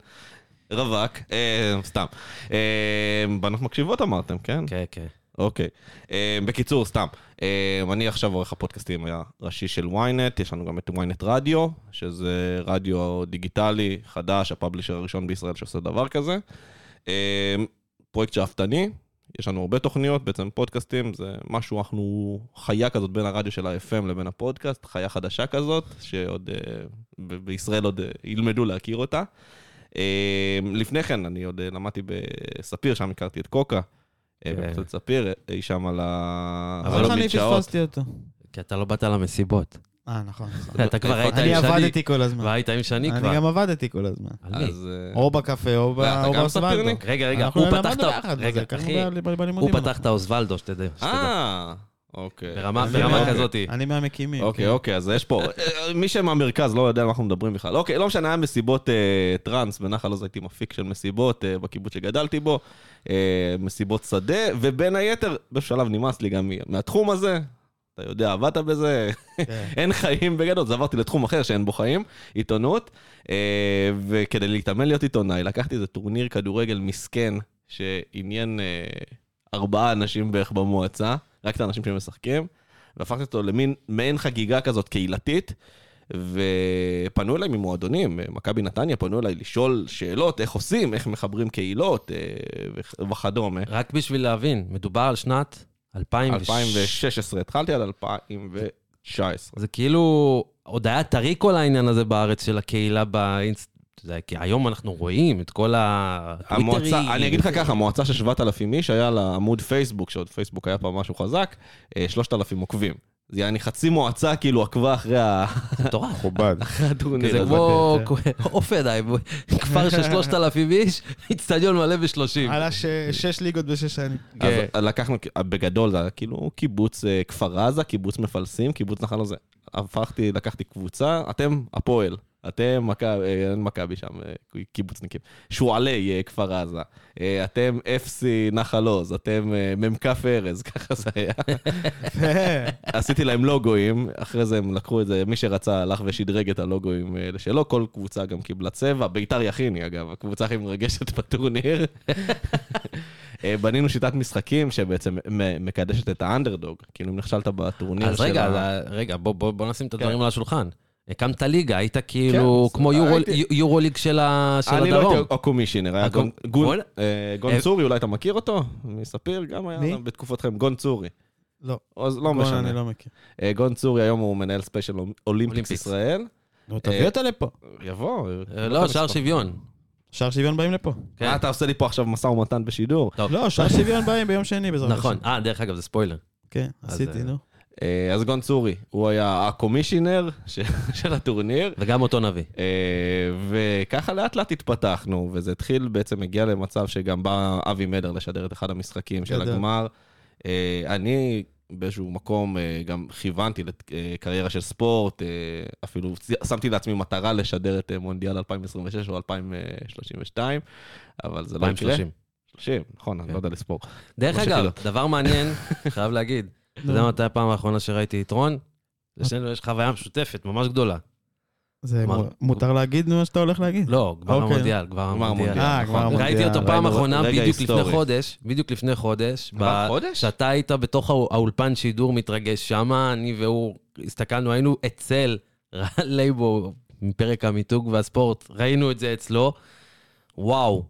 Speaker 3: רווק, אה, סתם. אה, בנות מקשיבות אמרתם, כן?
Speaker 2: כן, כן.
Speaker 3: אוקיי. אה, בקיצור, סתם. אה, אני עכשיו עורך הפודקאסטים הראשי של ynet, יש לנו גם את ynet רדיו, שזה רדיו דיגיטלי חדש, הפאבלישר הראשון בישראל שעושה דבר כזה. אה, פרויקט שאפתני, יש לנו הרבה תוכניות, בעצם פודקאסטים, זה משהו, אנחנו חיה כזאת בין הרדיו של ה-FM לבין הפודקאסט, חיה חדשה כזאת, שעוד אה, ב- בישראל עוד אה, ילמדו להכיר אותה. אה, לפני כן, אני עוד אה, למדתי בספיר, שם הכרתי את קוקה. אה,
Speaker 2: כן.
Speaker 3: במכללת ספיר, אה, אי שם על ה...
Speaker 2: אבל
Speaker 1: אבל
Speaker 3: על
Speaker 2: לא
Speaker 1: אני
Speaker 3: המדשאות.
Speaker 1: פספסתי אותו.
Speaker 2: כי אתה לא באת למסיבות.
Speaker 1: אה, נכון. נכון.
Speaker 2: לא, אתה כבר היית
Speaker 1: אני
Speaker 2: עם שני,
Speaker 1: עבדתי כל הזמן.
Speaker 2: והיית עם שני
Speaker 1: אני
Speaker 2: כבר.
Speaker 1: גם עבדתי כל הזמן.
Speaker 2: על מי?
Speaker 3: אז... אה,
Speaker 1: או בקפה או ב-
Speaker 3: ואתה
Speaker 1: או
Speaker 3: גם
Speaker 1: באוסוולדו.
Speaker 3: ספרניק?
Speaker 2: רגע, רגע,
Speaker 1: אנחנו
Speaker 2: הוא פתח את
Speaker 1: למדנו
Speaker 2: ה...
Speaker 1: ביחד,
Speaker 2: רגע,
Speaker 1: וזה ככה
Speaker 2: אחי,
Speaker 1: ב- ב-
Speaker 2: הוא
Speaker 1: בלימודים.
Speaker 2: פתח את האוסוולדו, שתדע. שתדע.
Speaker 3: אה, אוקיי.
Speaker 2: ברמה
Speaker 1: אני-
Speaker 2: ברמה
Speaker 1: אוקיי.
Speaker 2: כזאת.
Speaker 1: אני מהמקימים.
Speaker 3: אוקיי,
Speaker 1: כן.
Speaker 3: אוקיי, אז יש פה, אה, מי שמהמרכז לא יודע על מה אנחנו מדברים בכלל. אוקיי, לא משנה, היה מסיבות אה, טראנס, בנחל עוז הייתי מפיק של מסיבות אה, בקיבוץ שגדלתי בו, אה, מסיבות שדה, ובין היתר, בשלב נמאס לי גם מהתחום הזה, אתה יודע, עבדת בזה,
Speaker 1: כן.
Speaker 3: אין חיים בגדול, אז עברתי לתחום אחר שאין בו חיים, עיתונות. אה, וכדי להתאמן להיות עיתונאי, לקחתי איזה טורניר כדורגל מסכן, שעניין אה, ארבעה אנשים בערך במועצה, רק את האנשים שמשחקים, והפכתי אותו למין מעין חגיגה כזאת קהילתית. ופנו אליי ממועדונים, אה, מכבי נתניה פנו אליי לשאול שאלות, איך עושים, איך מחברים קהילות אה, וכ- וכדומה.
Speaker 2: רק בשביל להבין, מדובר על שנת 2006.
Speaker 3: 2016, התחלתי עד 2019.
Speaker 2: זה כאילו, עוד היה טרי כל העניין הזה בארץ של הקהילה באינסט... אתה יודע, כי היום אנחנו רואים את כל הטוויטרים.
Speaker 3: המועצה, אני אגיד לך ככה, מועצה של 7,000 איש היה לה עמוד פייסבוק, שעוד פייסבוק היה פעם משהו חזק, אה, 3,000 עוקבים. זה יעני חצי מועצה כאילו עקבה אחרי ה-
Speaker 2: מטורף.
Speaker 1: מכובד.
Speaker 3: אחרי הטורניר
Speaker 2: זה
Speaker 3: הזה.
Speaker 2: כמו אופנהיים, כפר של 3,000 איש, אצטדיון מלא ב-30.
Speaker 1: עלה ש- כן. שש ליגות בשש שנים.
Speaker 3: אז
Speaker 2: כן.
Speaker 3: לקחנו, בגדול זה היה כאילו קיבוץ אה, כפר עזה, קיבוץ מפלסים, קיבוץ נחל עוז. הפכתי, לקחתי קבוצה, אתם הפועל, אתם מכבי, אה, אין מכבי שם, אה, קיבוצניקים, שועלי אה, כפר עזה, אה, אתם אפסי נחל עוז, אתם אה, מ"כ ארז, ככה זה היה. עשיתי להם לוגוים, אחרי זה הם לקחו את זה, מי שרצה הלך ושדרג את הלוגוים אה, לשלו, כל קבוצה גם קיבלה צבע, ביתר יכיני אגב, הקבוצה הכי מרגשת בטורניר. אה, בנינו שיטת משחקים שבעצם מ- מקדשת את האנדרדוג, כאילו אם נכשלת בטורניר
Speaker 2: אז
Speaker 3: של
Speaker 2: רגע,
Speaker 3: ה- אה,
Speaker 2: אז רגע, בוא- בוא בוא נשים את הדברים
Speaker 3: כן.
Speaker 2: על השולחן. הקמת ליגה, היית
Speaker 3: כן,
Speaker 2: כאילו
Speaker 3: אז
Speaker 2: כמו יורו-
Speaker 3: הייתי-
Speaker 2: יו- יורוליג של ה- של
Speaker 3: אני לא
Speaker 2: הדרום.
Speaker 3: הייתי הקומישיינר, היה
Speaker 2: הקומ-
Speaker 3: גון- גון-
Speaker 2: גול?
Speaker 3: אה,
Speaker 2: אה,
Speaker 3: גון צורי, אולי אתה מכיר אותו? מספיר גם
Speaker 1: מי?
Speaker 3: היה בתקופתכם, גון צורי.
Speaker 1: לא,
Speaker 3: אז לא
Speaker 1: גון
Speaker 3: משנה.
Speaker 1: אני לא מכיר.
Speaker 3: אה, גון צורי היום הוא מנהל ספיישל
Speaker 2: אולימפיקס.
Speaker 3: אולימפיקס ישראל.
Speaker 1: נו, תביא
Speaker 3: אה,
Speaker 1: אותה לפה.
Speaker 3: יבוא.
Speaker 2: אה, לא, שער שוויון.
Speaker 1: שער שוויון באים לפה.
Speaker 2: כן.
Speaker 3: מה אתה עושה לי פה עכשיו משא ומתן בשידור?
Speaker 2: טוב.
Speaker 1: לא, שער שוויון באים ביום שני בעזרת השם.
Speaker 2: נכון, אה, דרך אגב, זה ספוילר.
Speaker 1: כן,
Speaker 2: אז,
Speaker 1: עשיתי,
Speaker 2: אה,
Speaker 1: נו.
Speaker 3: אה, אז גון צורי, הוא היה הקומישיונר ש- של הטורניר.
Speaker 2: וגם אותו נביא.
Speaker 3: אה, וככה לאט לאט התפתחנו, וזה התחיל, בעצם הגיע למצב שגם בא אבי מדר לשדר את אחד המשחקים של
Speaker 1: גדול.
Speaker 3: הגמר. אה, אני באיזשהו מקום אה, גם כיוונתי לקריירה של ספורט, אה, אפילו שמתי לעצמי מטרה לשדר את אה, מונדיאל 2026 או 2032, אבל זה לא יקרה.
Speaker 2: 2030.
Speaker 3: 30, נכון, אני
Speaker 2: כן.
Speaker 3: לא יודע לספור.
Speaker 2: דרך
Speaker 3: משה
Speaker 2: אגב,
Speaker 3: חילות.
Speaker 2: דבר מעניין, חייב להגיד, אתה יודע מתי הפעם האחרונה שראיתי את רון? לשנינו יש חוויה משותפת ממש גדולה.
Speaker 1: זה
Speaker 2: מה?
Speaker 1: מ- מותר להגיד נו מה שאתה הולך להגיד?
Speaker 2: לא, גמר
Speaker 1: אוקיי.
Speaker 2: המונדיאל, גמר
Speaker 3: גמר
Speaker 2: המונדיאל.
Speaker 3: המונדיאל.
Speaker 1: אה,
Speaker 3: נכון.
Speaker 1: גמר המונדיאל.
Speaker 2: ראיתי אותו פעם
Speaker 3: רגע
Speaker 2: אחרונה
Speaker 3: היסטורי.
Speaker 2: בדיוק לפני חודש, בדיוק לפני חודש,
Speaker 3: עבר
Speaker 2: ב-
Speaker 3: חודש?
Speaker 2: שאתה היית בתוך האו- האולפן שידור מתרגש שמה, אני והוא הסתכלנו, היינו אצל רן לייבו מפרק המיתוג והספורט, ראינו את זה אצלו, וואו,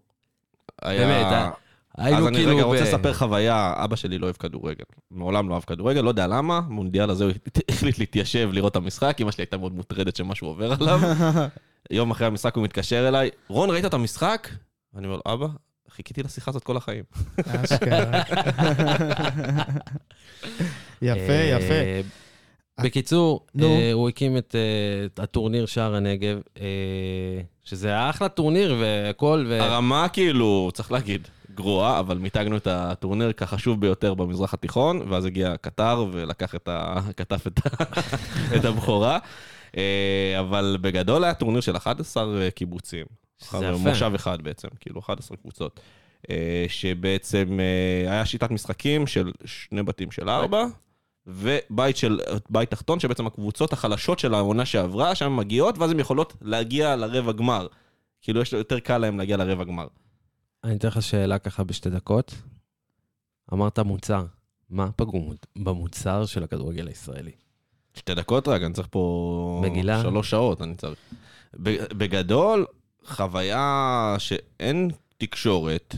Speaker 3: היה-
Speaker 2: באמת, אה? היינו
Speaker 3: אז
Speaker 2: כאילו...
Speaker 3: אני רגע
Speaker 2: ב-
Speaker 3: רוצה לספר חוויה, אבא שלי לא אוהב כדורגל. מעולם לא אהב כדורגל, לא יודע למה, מונדיאל הזה הוא החליט להתיישב לראות את המשחק, אמא שלי הייתה מאוד מוטרדת שמשהו עובר עליו. יום אחרי המשחק הוא מתקשר אליי, רון, ראית את המשחק? אני אומר לו, אבא, חיכיתי לשיחה הזאת כל החיים.
Speaker 1: אשכרה. יפה,
Speaker 2: אה,
Speaker 1: יפה.
Speaker 2: בקיצור,
Speaker 1: נו.
Speaker 2: אה, הוא הקים את אה, את הטורניר שער הנגב, אה, שזה היה אחלה טורניר והכל, ו-
Speaker 3: הרמה כאילו, צריך להגיד, גרועה, אבל מיתגנו את הטורניר כחשוב ביותר במזרח התיכון, ואז הגיע קטר ולקח את ה... כתף את, ה... את הבכורה. אה, אבל בגדול היה טורניר של 11 קיבוצים.
Speaker 2: שזה יפה.
Speaker 3: מושב אחד בעצם, כאילו 11 קבוצות. אה, שבעצם אה, היה שיטת משחקים של שני בתים של ארבע, ובית של, בית תחתון, שבעצם הקבוצות החלשות של העונה שעברה, שם מגיעות, ואז הן יכולות להגיע לרבע גמר. כאילו, יש לו יותר קל להם להגיע לרבע גמר.
Speaker 2: אני אתן לך שאלה ככה בשתי דקות. אמרת מוצר, מה פגום במוצר של הכדורגל הישראלי?
Speaker 3: שתי דקות רק, אני צריך פה...
Speaker 2: מגילה.
Speaker 3: שלוש שעות אני צריך. ב- בגדול, חוויה שאין תקשורת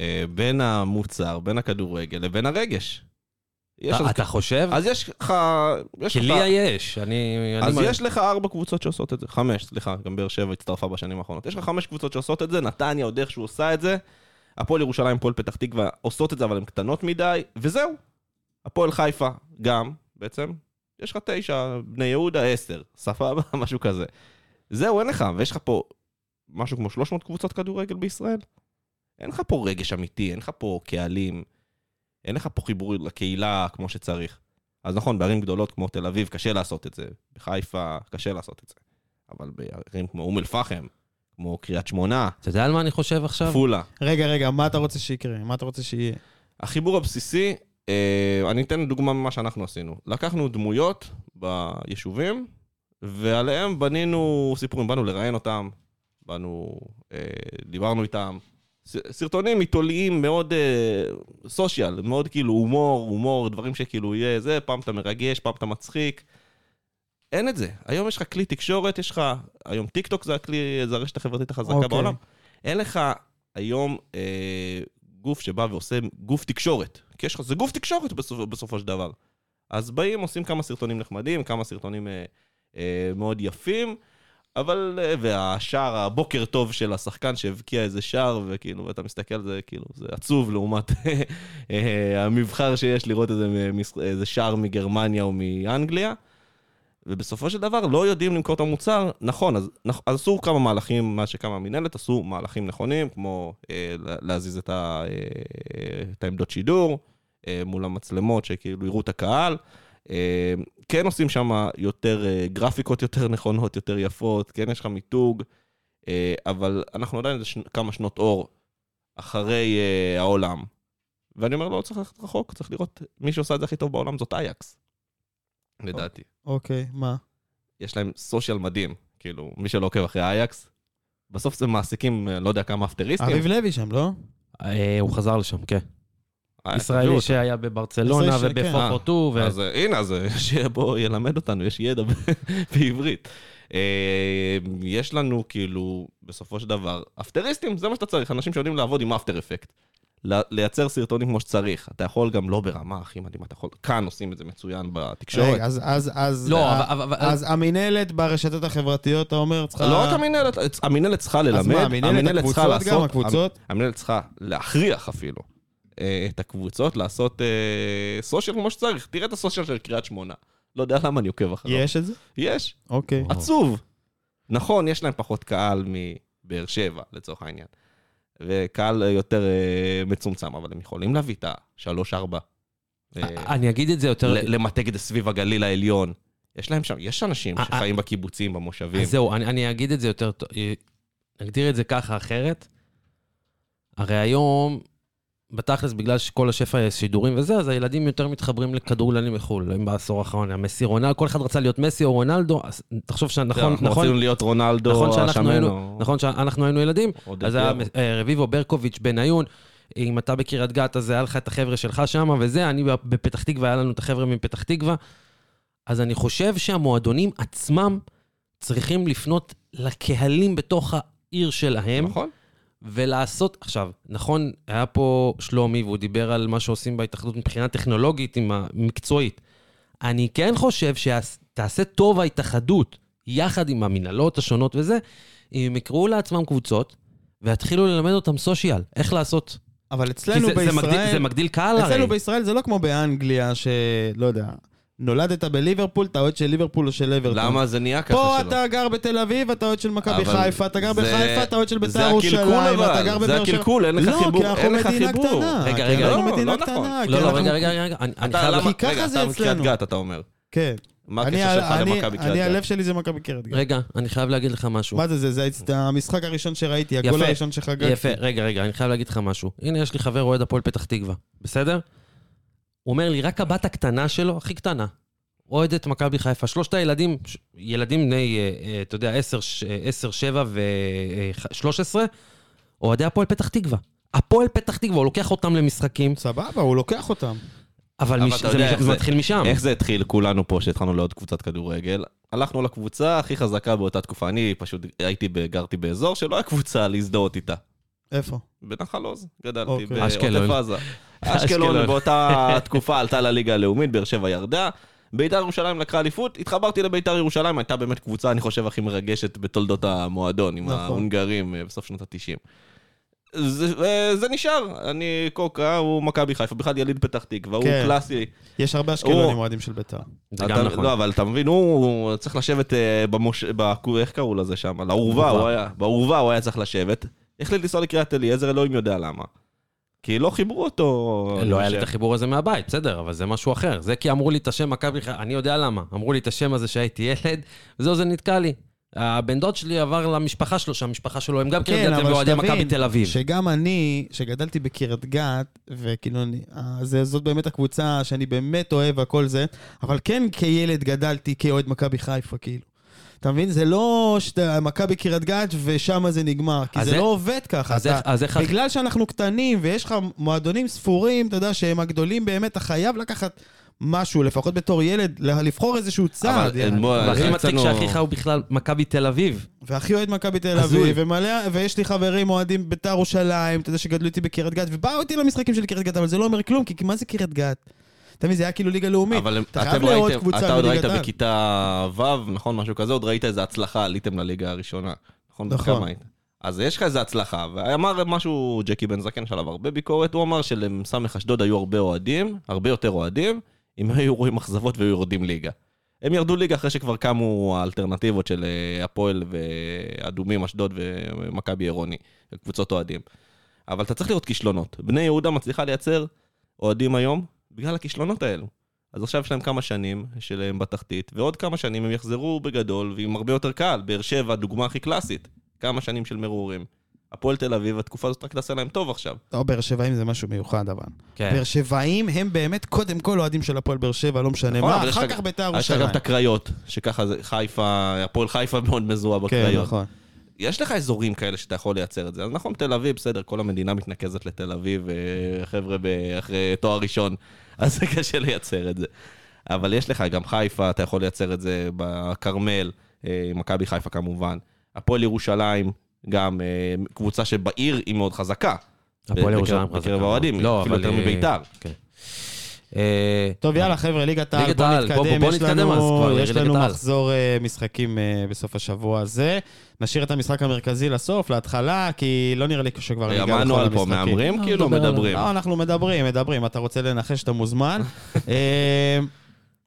Speaker 3: אה, בין המוצר, בין הכדורגל לבין הרגש. יש
Speaker 2: אתה-
Speaker 3: אז-
Speaker 2: אתה חושב?
Speaker 3: אז יש לך... יש
Speaker 2: כי
Speaker 3: לך-
Speaker 2: לי יש, אני... אני
Speaker 3: אז
Speaker 2: מרגיש-
Speaker 3: יש לך ארבע קבוצות שעושות את זה. חמש, סליחה, גם באר שבע הצטרפה בשנים האחרונות. יש לך חמש קבוצות שעושות את זה, נתניה עוד איכשהו עושה את זה. הפועל ירושלים, הפועל פתח תקווה עושות את זה, אבל הן קטנות מדי, וזהו. הפועל חיפה, גם, בעצם. יש לך תשע, בני יהודה, עשר. סבבה, משהו כזה. זהו, אין לך, ויש לך פה משהו כמו 300 קבוצות כדורגל בישראל. אין לך פה רגש אמיתי, אין לך פה קהלים, אין לך פה חיבור לקהילה כמו שצריך. אז נכון, בערים גדולות כמו תל אביב קשה לעשות את זה, בחיפה קשה לעשות את זה, אבל בערים כמו אום אל-פחם, כמו קריית שמונה,
Speaker 2: אתה יודע על מה אני חושב עכשיו?
Speaker 3: עפולה.
Speaker 1: רגע, רגע, מה אתה רוצה שיקרה? מה אתה רוצה שיהיה?
Speaker 3: החיבור הבסיסי, אה, אני אתן דוגמה ממה שאנחנו עשינו. לקחנו דמויות ביישובים, ועליהם בנינו סיפורים. באנו לראיין אותם, באנו, אה, דיברנו איתם. ס- סרטונים עיתוליים מאוד אה, סושיאל, מאוד כאילו הומור, הומור, דברים שכאילו יהיה זה, פעם אתה מרגש, פעם אתה מצחיק. אין את זה. היום יש לך כלי תקשורת, יש לך, היום טיק טוק זה הכלי, זה הרשת החברתית החזקה
Speaker 1: אוקיי.
Speaker 3: בעולם. אין לך היום אה, גוף שבא ועושה גוף תקשורת. כי יש לך, זה גוף תקשורת בסופ, בסופו של דבר. אז באים, עושים כמה סרטונים נחמדים, כמה סרטונים אה, אה, מאוד יפים, אבל, אה, והשער, הבוקר טוב של השחקן שהבקיע איזה שער, וכאילו, ואתה מסתכל על זה, כאילו, זה עצוב לעומת אה, המבחר שיש לראות איזה, מש- איזה שער מגרמניה או מאנגליה. ובסופו של דבר לא יודעים למכור את המוצר נכון, אז, נכ- אז עשו כמה מהלכים, מאז שקמה המינהלת, עשו מהלכים נכונים, כמו אה, לה- להזיז את, ה, אה, את העמדות שידור אה, מול המצלמות, שכאילו יראו את הקהל. אה, כן עושים שם יותר אה, גרפיקות יותר נכונות, יותר יפות, כן יש לך מיתוג, אה, אבל אנחנו עדיין איזה שנ- כמה שנות אור אחרי אה, העולם. ואני אומר, לא צריך ללכת רחוק, צריך לראות, מי שעושה את זה הכי טוב בעולם זאת אייקס, לדעתי.
Speaker 1: אוקיי, מה?
Speaker 3: יש להם סושיאל מדהים, כאילו, מי שלא עוקב אחרי אייקס, בסוף זה מעסיקים, אה, לא יודע כמה אפטריסטים.
Speaker 1: אביב לוי שם, לא?
Speaker 2: אה, הוא חזר לשם, כן.
Speaker 3: אה,
Speaker 2: ישראלי
Speaker 3: תביאו
Speaker 2: שהיה בברצלונה
Speaker 1: ישראלי ש- כן.
Speaker 2: ובפורטו,
Speaker 3: אותו. אז אה, הנה, אז אה, שבוא ילמד אותנו, יש ידע ב- בעברית. אה, יש לנו, כאילו, בסופו של דבר, אפטריסטים, זה מה שאתה צריך, אנשים שיודעים לעבוד עם אפטר אפקט. ל- לייצר סרטונים כמו שצריך. אתה יכול גם לא ברמה הכי מדהימה, אתה יכול... כאן עושים את זה מצוין בתקשורת.
Speaker 1: רגע, אז- אז... אז-
Speaker 2: לא,
Speaker 1: אה,
Speaker 2: אבל- אבל...
Speaker 1: אז המינהלת ברשתות החברתיות, אתה אומר, צריכה...
Speaker 3: לא רק המינהלת, המינהלת צריכה ללמד,
Speaker 1: אז מה, המינהלת,
Speaker 3: המינהלת צריכה
Speaker 1: הקבוצות גם,
Speaker 3: לעשות-
Speaker 1: הקבוצות?
Speaker 3: המינהלת צריכה להכריח אפילו אה, את הקבוצות לעשות אה, סושיאל כמו שצריך. תראה את הסושיאל של קריית שמונה. לא יודע למה אני עוקב אחריו.
Speaker 1: יש את זה?
Speaker 3: יש.
Speaker 1: אוקיי.
Speaker 3: עצוב. נכון, יש להם פחות קהל מבאר שבע, לצורך העניין. וקהל אה, יותר אה, מצומצם, אבל הם יכולים להביא את השלוש-ארבע. אה,
Speaker 2: אני אגיד את זה יותר...
Speaker 3: ל- למתג את זה סביב הגליל העליון. יש להם שם, יש אנשים
Speaker 2: אה,
Speaker 3: שחיים בקיבוצים, במושבים.
Speaker 2: אז זהו, אני, אני אגיד את זה יותר טוב, אה, נגדיר את זה ככה אחרת. הרי היום, בתכלס, בגלל שכל השפע שידורים וזה, אז הילדים יותר מתחברים לכדורגלנים מחו"ל, הם בעשור האחרון, היה מסי רונלדו, כל אחד רצה להיות מסי או רונלדו, אז תחשוב
Speaker 3: זהו,
Speaker 2: שנכון,
Speaker 3: כן, אנחנו
Speaker 2: נכון,
Speaker 3: רצינו להיות רונלדו,
Speaker 2: נכון שאנחנו
Speaker 3: השמן,
Speaker 2: היינו,
Speaker 3: או-
Speaker 2: נכון שאנחנו היינו ילדים,
Speaker 3: או דה
Speaker 2: אז היה
Speaker 3: פיירו.
Speaker 2: אה, רביבו, ברקוביץ', בניון. אם אתה בקריית גת, אז היה לך את החבר'ה שלך שם וזה, אני בפתח תקווה, היה לנו את החבר'ה מפתח תקווה. אז אני חושב שהמועדונים עצמם צריכים לפנות לקהלים בתוך העיר שלהם,
Speaker 3: נכון.
Speaker 2: ולעשות... עכשיו, נכון, היה פה שלומי, והוא דיבר על מה שעושים בהתאחדות מבחינה טכנולוגית, עם המקצועית. אני כן חושב שתעשה טוב ההתאחדות, יחד עם המנהלות השונות וזה, אם הם יקראו לעצמם קבוצות, ויתחילו ללמד אותם סושיאל, איך לעשות.
Speaker 1: אבל
Speaker 2: כי
Speaker 1: אצלנו
Speaker 2: זה, זה, מגדיל, זה
Speaker 1: בישראל...
Speaker 2: מגדיל קהל הרי.
Speaker 1: אצלנו בישראל זה לא כמו באנגליה, שלא יודע, נולדת בליברפול, אתה אוהד של ליברפול או של אברטון.
Speaker 3: למה זה נהיה ככה שלא?
Speaker 1: פה אתה גר בתל אביב, אתה אוהד של מכבי
Speaker 3: אבל
Speaker 1: חיפה, אתה גר
Speaker 3: זה-
Speaker 1: בחיפה, אתה אוהד של
Speaker 3: זה
Speaker 1: בית"ר
Speaker 3: הקלקול
Speaker 1: ירושלים,
Speaker 3: אבל,
Speaker 1: אתה גר
Speaker 3: זה
Speaker 1: בבאר שבע.
Speaker 3: הקלקול, אין לך חיבור,
Speaker 1: לא, כי
Speaker 3: אין
Speaker 1: אנחנו
Speaker 3: לך
Speaker 1: מדינה
Speaker 3: חיבור.
Speaker 1: קטנה.
Speaker 2: רגע,
Speaker 1: כי
Speaker 2: רגע,
Speaker 1: אנחנו
Speaker 3: לא, לא
Speaker 1: מדינה
Speaker 3: נכון.
Speaker 1: קטנה.
Speaker 2: לא,
Speaker 1: כי
Speaker 2: לא,
Speaker 1: כן, אנחנו-
Speaker 2: רגע, רגע, רגע, אני, אני
Speaker 3: אתה
Speaker 2: חייב...
Speaker 3: למה,
Speaker 1: כי ככה
Speaker 3: רגע,
Speaker 1: זה
Speaker 3: אתה מקריית
Speaker 1: אצלנו.
Speaker 3: גת, אתה אומר.
Speaker 1: כן.
Speaker 3: מה
Speaker 1: אני-
Speaker 3: הקשר שלך
Speaker 1: אני-
Speaker 3: למכבי
Speaker 1: אני,
Speaker 3: קריית גת?
Speaker 1: הלב שלי זה מכבי קריית גת.
Speaker 2: רגע, אני חייב להגיד לך משהו.
Speaker 1: מה זה, זה, זה הצ- המשחק הראשון שראיתי, הגול
Speaker 2: יפה,
Speaker 1: הראשון שחגגתי.
Speaker 2: יפה, רגע, רגע, אני חייב להגיד לך משהו. הנה, יש לי חבר אוהד הפועל פתח תקווה, בסדר? הוא אומר לי, רק הבת הקטנה שלו, הכי קטנה, אוהדת מכבי חיפה. שלושת הילדים, ש- ילדים בני, אה, אה, אתה יודע, 10, 7 אה, ו-13, אוהדי הפועל פתח תקווה. הפועל פתח תקווה, הוא לוקח אותם למשחקים,
Speaker 1: סבבה, הוא לוקח אותם.
Speaker 2: אבל
Speaker 3: אבל
Speaker 2: מש-
Speaker 3: אתה
Speaker 2: זה
Speaker 3: יודע
Speaker 2: מש-
Speaker 3: איך
Speaker 2: זה
Speaker 3: זה-
Speaker 2: מתחיל משם.
Speaker 3: איך זה התחיל כולנו פה שהתחלנו לעוד קבוצת כדורגל? הלכנו לקבוצה הכי חזקה באותה תקופה. אני פשוט הייתי, ב- גרתי באזור שלא היה קבוצה להזדהות איתה.
Speaker 1: איפה?
Speaker 3: בנחל עוז, גדלתי
Speaker 1: אוקיי.
Speaker 3: בעוטף
Speaker 2: אשקלון.
Speaker 3: עזה.
Speaker 2: אשקלון.
Speaker 3: אשקלון באותה תקופה עלתה לליגה הלאומית, באר שבע ירדה. ביתר ירושלים לקחה אליפות, התחברתי לביתר ירושלים, הייתה באמת קבוצה, אני חושב, הכי מרגשת בתולדות המועדון, עם
Speaker 1: נכון.
Speaker 3: ההונגרים אה, בסוף שנות ה-90. זה, אה, זה נשאר, אני קוקה, הוא מכבי חיפה, בכלל יליד פתח תקווה,
Speaker 1: כן.
Speaker 3: הוא קלאסי.
Speaker 1: יש הרבה אשקלונים
Speaker 3: או.
Speaker 1: אוהדים של בית"ר.
Speaker 2: זה
Speaker 3: אתה-
Speaker 2: גם נכון.
Speaker 3: לא, אבל אתה מבין, הוא הוא צריך לשבת אה, במוש... בקו- איך קראו לזה שם? לאורווה,
Speaker 2: אורווה.
Speaker 3: הוא היה... באורווה הוא היה צריך לשבת. החליט לנסוע לקריית אליעזר, אלוהים יודע למה. כי לא חיברו אותו.
Speaker 2: לא היה לי
Speaker 3: אני
Speaker 2: את
Speaker 3: חושב.
Speaker 2: החיבור הזה מהבית, בסדר, אבל זה משהו אחר. זה כי אמרו לי את השם מכבי חיפה, אני יודע למה. אמרו לי את השם הזה שהייתי ילד, וזהו, זה נתקע לי. הבן דוד שלי עבר למשפחה שלו, שהמשפחה שלו הם גם
Speaker 3: אוקיי,
Speaker 2: קריית גת ואוהדי מכבי תל אביב.
Speaker 1: שגם אני, שגדלתי בקריית גת, וכאילו, אני- אה, זה- זאת באמת הקבוצה שאני באמת אוהב והכל זה, אבל כן כילד גדלתי כאוהד מכבי חיפה, כאילו. אתה מבין? זה לא שאתה- מכבי קריית גת ושם זה נגמר, כי
Speaker 2: אז
Speaker 1: זה
Speaker 2: איך-
Speaker 1: לא עובד ככה.
Speaker 2: אז
Speaker 1: אתה-
Speaker 2: איך- אז איך...
Speaker 1: בגלל שאנחנו קטנים ויש לך מועדונים ספורים, אתה יודע, שהם הגדולים באמת, אתה חייב לקחת משהו, לפחות בתור ילד, ל- לבחור איזשהו צעד.
Speaker 2: אה,
Speaker 3: אבל,
Speaker 1: יעני.
Speaker 3: בוא,
Speaker 2: והכי
Speaker 3: זה
Speaker 2: מצחיק
Speaker 3: אצלנו-
Speaker 2: שאחיך הוא בכלל מכבי תל אביב.
Speaker 1: והכי אוהד מכבי תל
Speaker 2: הזוי.
Speaker 1: אביב, ומלא, ויש לי חברים אוהדים בית"ר ירושלים, אתה יודע, שגדלו איתי בקריית גת, ובאו איתי למשחקים של קריית גת, אבל זה לא אומר כלום, כי מה זה קריית גת? אתה מבין, זה היה כאילו ליגה לאומית.
Speaker 3: אבל
Speaker 1: אתה
Speaker 3: אתם
Speaker 1: חייב לראות
Speaker 3: ראיתם-
Speaker 1: קבוצה
Speaker 3: אתה עוד
Speaker 1: בליגת
Speaker 3: ראית
Speaker 1: העל.
Speaker 3: בכיתה ו', נכון? משהו כזה, עוד ראית איזה הצלחה, עליתם לליגה הראשונה. נכון?
Speaker 1: נכון.
Speaker 3: כמה היית? אז יש לך איזה הצלחה, ואמר משהו ג'קי בן זקן, יש עליו הרבה ביקורת, הוא אמר שלסמך אשדוד היו הרבה אוהדים, הרבה יותר אוהדים, אם היו רואים אכזבות והיו יורדים ליגה. הם ירדו ליגה אחרי שכבר קמו האלטרנטיבות של אה, הפועל ואדומים, אשדוד ומכבי עירוני, קבוצות אוהדים. אבל אתה צריך לראות כישלונות. בני יהודה מצליחה לייצר אוהדים היום בגלל הכישלונות האלו. אז עכשיו יש להם כמה שנים שלהם בתחתית, ועוד כמה שנים הם יחזרו בגדול ועם הרבה יותר קהל. באר שבע, הדוגמה הכי קלאסית. כמה שנים של מרורים. הפועל תל אביב, התקופה הזאת רק תעשה להם טוב עכשיו.
Speaker 1: לא, באר שבעים זה משהו מיוחד, אבל.
Speaker 2: כן.
Speaker 1: באר שבעים הם באמת קודם כל אוהדים של הפועל באר שבע, לא משנה
Speaker 3: נכון,
Speaker 1: מה,
Speaker 3: אבל יש
Speaker 1: אחר
Speaker 3: לך-
Speaker 1: כך בית"ר
Speaker 3: יש לך גם
Speaker 1: ירושלים.
Speaker 3: את הקריות, שככה זה חיפה, הפועל חיפה מאוד מזוהה
Speaker 1: כן,
Speaker 3: בקריות.
Speaker 1: נכון.
Speaker 3: יש לך אזורים כאלה שאתה יכול לייצר את זה. אז נכון, תל אביב, בסדר, כל המדינה מתנקזת לתל אביב, אה, חבר'ה ב- אחרי תואר ראשון, אז זה קשה לייצר את זה. אבל יש לך גם חיפה, אתה יכול לייצר את זה בכרמל, אה, עם מכבי חיפה כמובן. הפועל ירושלים, גם אה, קבוצה שבעיר היא מאוד חזקה.
Speaker 2: הפועל
Speaker 3: בקרב-
Speaker 2: ירושלים
Speaker 3: בקרב האוהדים,
Speaker 2: לא,
Speaker 3: אפילו
Speaker 2: אבל,
Speaker 3: יותר
Speaker 2: אה,
Speaker 3: מביתר.
Speaker 2: כן. אה,
Speaker 1: טוב, יאללה, חבר'ה, ליגת העל,
Speaker 2: ליגת
Speaker 1: בוא
Speaker 2: העל, בוא-
Speaker 1: נתקדם.
Speaker 2: בוא
Speaker 1: יש
Speaker 2: נתקדם
Speaker 1: לנו-
Speaker 2: אז כבר,
Speaker 1: יש
Speaker 2: ליגת
Speaker 1: לנו
Speaker 2: העל.
Speaker 1: מחזור אה, משחקים אה, בסוף השבוע הזה. נשאיר את המשחק המרכזי לסוף, להתחלה, כי לא נראה לי שכבר ניגע לכל
Speaker 3: אמרנו על אה, פה,
Speaker 1: המשחקים.
Speaker 3: מהמרים
Speaker 2: לא,
Speaker 3: כאילו,
Speaker 2: נדבר עליו.
Speaker 3: מדברים.
Speaker 1: לא, אנחנו מדברים, מדברים. אתה רוצה לנחש, אתה מוזמן. אה,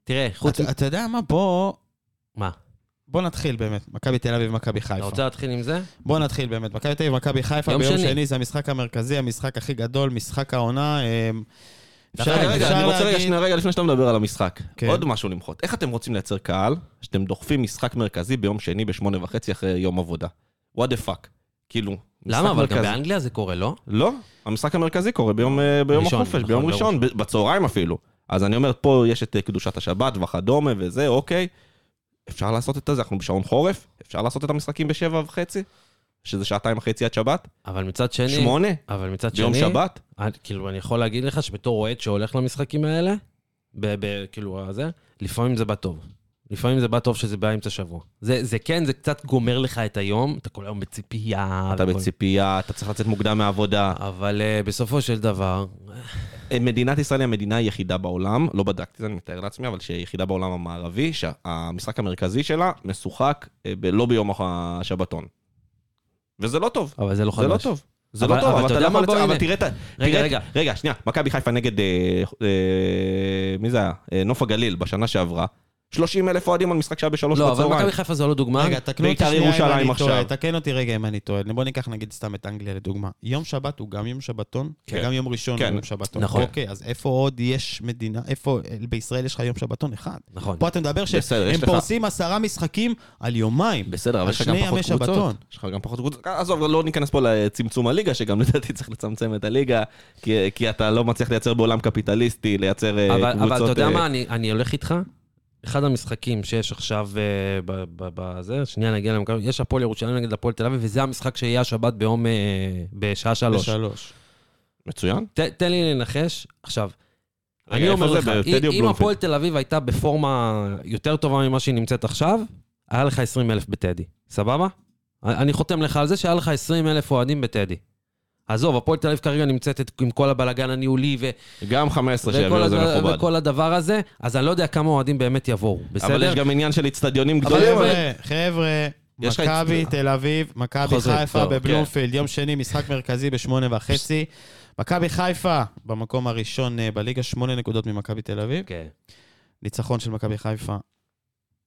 Speaker 2: תראה, חוץ...
Speaker 1: אתה- אתה יודע מה, בוא...
Speaker 2: מה?
Speaker 1: בוא נתחיל באמת, מכבי תל אביב, מכבי
Speaker 2: אתה
Speaker 1: חיפה.
Speaker 2: רוצה להתחיל עם זה?
Speaker 1: בוא נתחיל באמת, מכבי תל אביב, מכבי חיפה,
Speaker 2: יום
Speaker 1: ביום
Speaker 2: שני.
Speaker 1: שני זה המשחק המרכזי, המשחק הכי גדול, משחק העונה. אה, אפשר
Speaker 3: רגע, רגע, אני
Speaker 1: אפשר
Speaker 3: רוצה רגע,
Speaker 1: להגיד...
Speaker 3: שנייה, רגע, לפני שאתה מדבר על המשחק.
Speaker 1: כן.
Speaker 3: עוד משהו למחות. איך אתם רוצים לייצר קהל שאתם דוחפים משחק מרכזי ביום שני בשמונה וחצי אחרי יום עבודה? What the fuck? כאילו, משחק
Speaker 2: למה? אבל גם
Speaker 3: מרכזי.
Speaker 2: באנגליה זה קורה, לא?
Speaker 3: לא, המשחק המרכזי קורה ביום, אה, ביום
Speaker 2: ראשון,
Speaker 3: החופש,
Speaker 2: נכון,
Speaker 3: ביום
Speaker 2: ביום
Speaker 3: ראשון, ב- בצהריים אפילו. אז אני אומר, פה יש את אה, קדושת השבת וכדומה וזה, אוקיי. אפשר לעשות את זה, אנחנו בשעון חורף, אפשר לעשות את המשחקים בשבע וחצי, שזה שעתיים וחצי עד שבת,
Speaker 2: אבל מצד שני...
Speaker 3: שמונה,
Speaker 2: אבל מצד שני...
Speaker 3: ביום שבת.
Speaker 2: אני, כאילו, אני יכול להגיד לך שבתור אוהד שהולך למשחקים האלה, ב, ב, כאילו, הזה, לפעמים זה בא טוב. לפעמים זה בא טוב שזה באמצע שבוע. זה, זה כן, זה קצת גומר לך את היום, אתה כל היום בציפייה.
Speaker 3: אתה
Speaker 2: וכל-
Speaker 3: בציפייה, אתה צריך לצאת מוקדם מהעבודה.
Speaker 2: אבל uh, בסופו של דבר,
Speaker 3: מדינת ישראל היא המדינה היחידה בעולם, לא בדקתי את זה, אני מתאר לעצמי, אבל שהיא היחידה בעולם המערבי, שהמשחק המרכזי שלה משוחק אה, ב- לא ביום השבתון. וזה לא טוב.
Speaker 2: אבל זה לא חדש.
Speaker 3: זה לא טוב. זה
Speaker 2: אבל-
Speaker 3: לא טוב,
Speaker 2: אבל
Speaker 3: אבל
Speaker 2: אתה
Speaker 3: אתה לא
Speaker 2: יודע מה?
Speaker 3: יכול
Speaker 2: בוא,
Speaker 3: לצאת, אבל
Speaker 2: הנה.
Speaker 3: תראה את ה...
Speaker 2: רגע,
Speaker 3: תראה-
Speaker 2: רגע.
Speaker 3: רגע, שנייה, מכבי חיפה נגד... אה, אה, מי זה היה? אה, נוף הגליל בשנה שעברה. 30 אלף אוהדים על משחק שהיה בשלוש
Speaker 2: לא, אבל
Speaker 3: בצהריים.
Speaker 2: מכבי חיפה זו לא דוגמה.
Speaker 1: רגע, תקנו אותי
Speaker 3: בית"ר
Speaker 1: שנייה אם
Speaker 3: ירושלים
Speaker 1: אני טועה,
Speaker 3: עכשיו.
Speaker 1: תקן אותי רגע אם אני טועה. בוא ניקח נגיד סתם את אנגליה לדוגמה. יום שבת הוא גם יום שבתון,
Speaker 3: כן.
Speaker 1: וגם יום ראשון הוא
Speaker 3: כן.
Speaker 1: יום שבתון.
Speaker 2: נכון.
Speaker 1: אוקיי, אז איפה עוד יש מדינה, איפה, בישראל יש לך יום שבתון אחד?
Speaker 2: נכון.
Speaker 1: פה אתה מדבר
Speaker 3: בסדר, יש
Speaker 1: שהם
Speaker 3: לך-
Speaker 1: פורסים עשרה משחקים על יומיים.
Speaker 3: בסדר, אבל יש לך
Speaker 1: על
Speaker 3: גם
Speaker 1: שני
Speaker 3: פחות
Speaker 1: ימי שבתון.
Speaker 3: קבוצות. יש לך גם פחות קבוצות. עזוב, לא ניכנס פה לצמצום הליגה, שגם לדעתי צריך לצמצם את הליגה, כי- כי אתה לא מצליח לייצר בעולם קפיטליסטי, לייצר אה,
Speaker 2: אבל,
Speaker 3: קבוצות...
Speaker 2: אבל אתה יודע
Speaker 3: אה,
Speaker 2: מה, אני, אני הולך איתך. אחד המשחקים שיש עכשיו אה, ב- ב- בזה, שנייה נגיע למכבי, יש הפועל ירושלים נגד הפועל תל אביב, וזה המשחק שיהיה השבת ביום, אה, בשעה שלוש.
Speaker 1: בשלוש.
Speaker 3: מצוין.
Speaker 2: ת- תן לי לנחש. עכשיו,
Speaker 3: רגע,
Speaker 2: אני
Speaker 3: אה, איפה
Speaker 2: אומר
Speaker 3: זה?
Speaker 2: לך,
Speaker 3: בטדי
Speaker 2: אם-
Speaker 3: או
Speaker 2: אם
Speaker 3: בלומפילד?
Speaker 2: הפועל תל אביב הייתה בפורמה יותר טובה ממה שהיא נמצאת עכשיו, היה לך 20 אלף בטדי, סבבה? אני חותם לך על זה שהיה לך 20 אלף אוהדים בטדי. עזוב, הפועל תל אביב כרגע נמצאת את- עם כל הבלגן הניהולי ו-
Speaker 3: גם 15
Speaker 2: וכל,
Speaker 3: שיביאו את זה
Speaker 2: הד-
Speaker 3: מכובד.
Speaker 2: וכל הדבר הזה, אז אני לא יודע כמה אוהדים באמת יבואו, בסדר?
Speaker 3: אבל יש גם עניין של אצטדיונים
Speaker 2: אבל
Speaker 3: גדולים.
Speaker 2: אבל-
Speaker 1: חבר'ה, אה, חבר'ה,
Speaker 3: יש לך
Speaker 1: מכבי
Speaker 3: את-
Speaker 1: תל אביב, מכבי
Speaker 2: חוזרים,
Speaker 1: חיפה
Speaker 2: טוב,
Speaker 1: בבלומפילד, יום שני, משחק מרכזי בשמונה וחצי. מכבי חיפה, במקום הראשון אה, בליגה, שמונה נקודות ממכבי תל אביב.
Speaker 2: כן,
Speaker 1: ניצחון של מכבי חיפה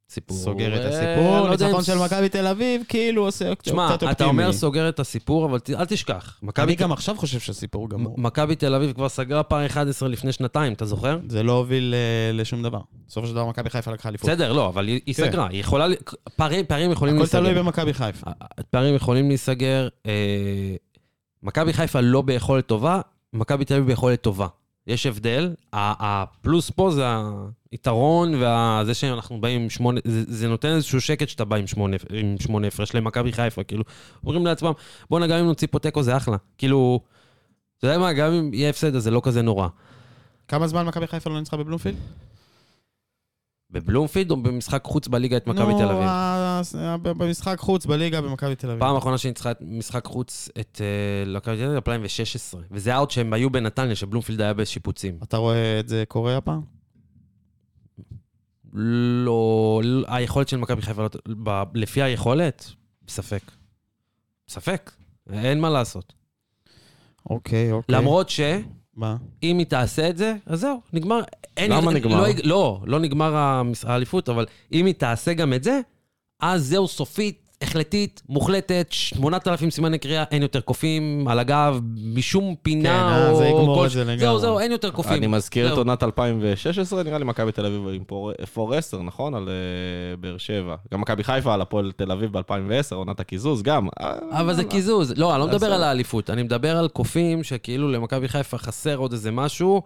Speaker 2: סיפור.
Speaker 1: סוגר את
Speaker 2: אה,
Speaker 1: הסיפור.
Speaker 2: לא יודע אם
Speaker 1: ניצחון
Speaker 2: ס-
Speaker 1: של מכבי תל אביב, כאילו עושה קצת
Speaker 2: תשמע,
Speaker 1: אופטימי.
Speaker 2: אתה אומר סוגר את הסיפור, אבל ת- אל תשכח. מכבי
Speaker 1: אני גם עכשיו חושב שהסיפור גמור.
Speaker 2: מכבי תל אביב כבר סגרה פער 11 לפני שנתיים, אתה זוכר?
Speaker 1: זה לא הוביל אה, לשום דבר. בסופו של דבר מכבי חיפה לקחה אליפות.
Speaker 2: בסדר, לא, אבל היא היא
Speaker 1: כן.
Speaker 2: סגרה, היא יכולה... ל- פערים פערים יכולים
Speaker 1: הכל
Speaker 2: להיסגר.
Speaker 1: תלוי במכבי חיפה.
Speaker 2: פערים יכולים להיסגר. אה, מכבי חיפה לא ביכולת טובה, מכבי תל אביב ביכולת טובה. יש הבדל, ה- הפלוס פה זה היתרון וזה שאנחנו באים עם שמונה, זה, זה נותן איזשהו שקט שאתה בא עם שמונה, עם שמונה הפרש למכבי חיפה, כאילו, אומרים לעצמם, בואנה, גם אם נוציא פה תיקו זה אחלה. כאילו, אתה יודע מה, גם אם יהיה הפסד אז זה לא כזה נורא.
Speaker 1: כמה זמן מכבי חיפה לא ניצחה בבלומפילד?
Speaker 2: בבלומפילד או במשחק חוץ בליגה את מכבי תל
Speaker 1: נו,
Speaker 2: אביב?
Speaker 1: ה- ה- ב- במשחק חוץ בליגה במכבי תל אביב.
Speaker 2: פעם אחרונה שניצחה את משחק חוץ את אה, מכבי תל אביב, 2016. וזה האוט שהם היו בנתניה, שבלומפילד היה בשיפוצים.
Speaker 1: אתה רואה את זה קורה הפעם?
Speaker 2: לא, לא- היכולת של מכבי חיפה, לא ת- ב- לפי היכולת, ספק. ספק, אין מה לעשות.
Speaker 1: אוקיי, אוקיי.
Speaker 2: למרות שאם
Speaker 1: מה?
Speaker 2: היא תעשה את זה, אז זהו, נגמר. אין-
Speaker 3: למה
Speaker 2: לא-
Speaker 3: נגמר?
Speaker 2: לא, לא נגמר המס- האליפות, אבל אם היא תעשה גם את זה, אז זהו סופית, החלטית, מוחלטת, 8,000 סימני קריאה, אין יותר קופים על הגב, משום פינה
Speaker 1: כן,
Speaker 3: אה,
Speaker 2: או...
Speaker 1: אז זה יגמור
Speaker 2: כל-
Speaker 1: את זה לגמרי.
Speaker 2: זהו, זהו, אין יותר קופים.
Speaker 3: אני מזכיר את
Speaker 2: זהו.
Speaker 3: עונת 2016, נראה לי מכבי תל אביב עם פור- 4-10, נכון? על אה, באר שבע. גם מכבי חיפה על הפועל תל אביב ב-2010, עונת הקיזוז, גם. אה,
Speaker 2: אבל זה
Speaker 3: לא.
Speaker 2: קיזוז. לא, אני לא מדבר
Speaker 3: בסדר.
Speaker 2: על האליפות, אני מדבר על קופים שכאילו למכבי חיפה חסר עוד איזה משהו.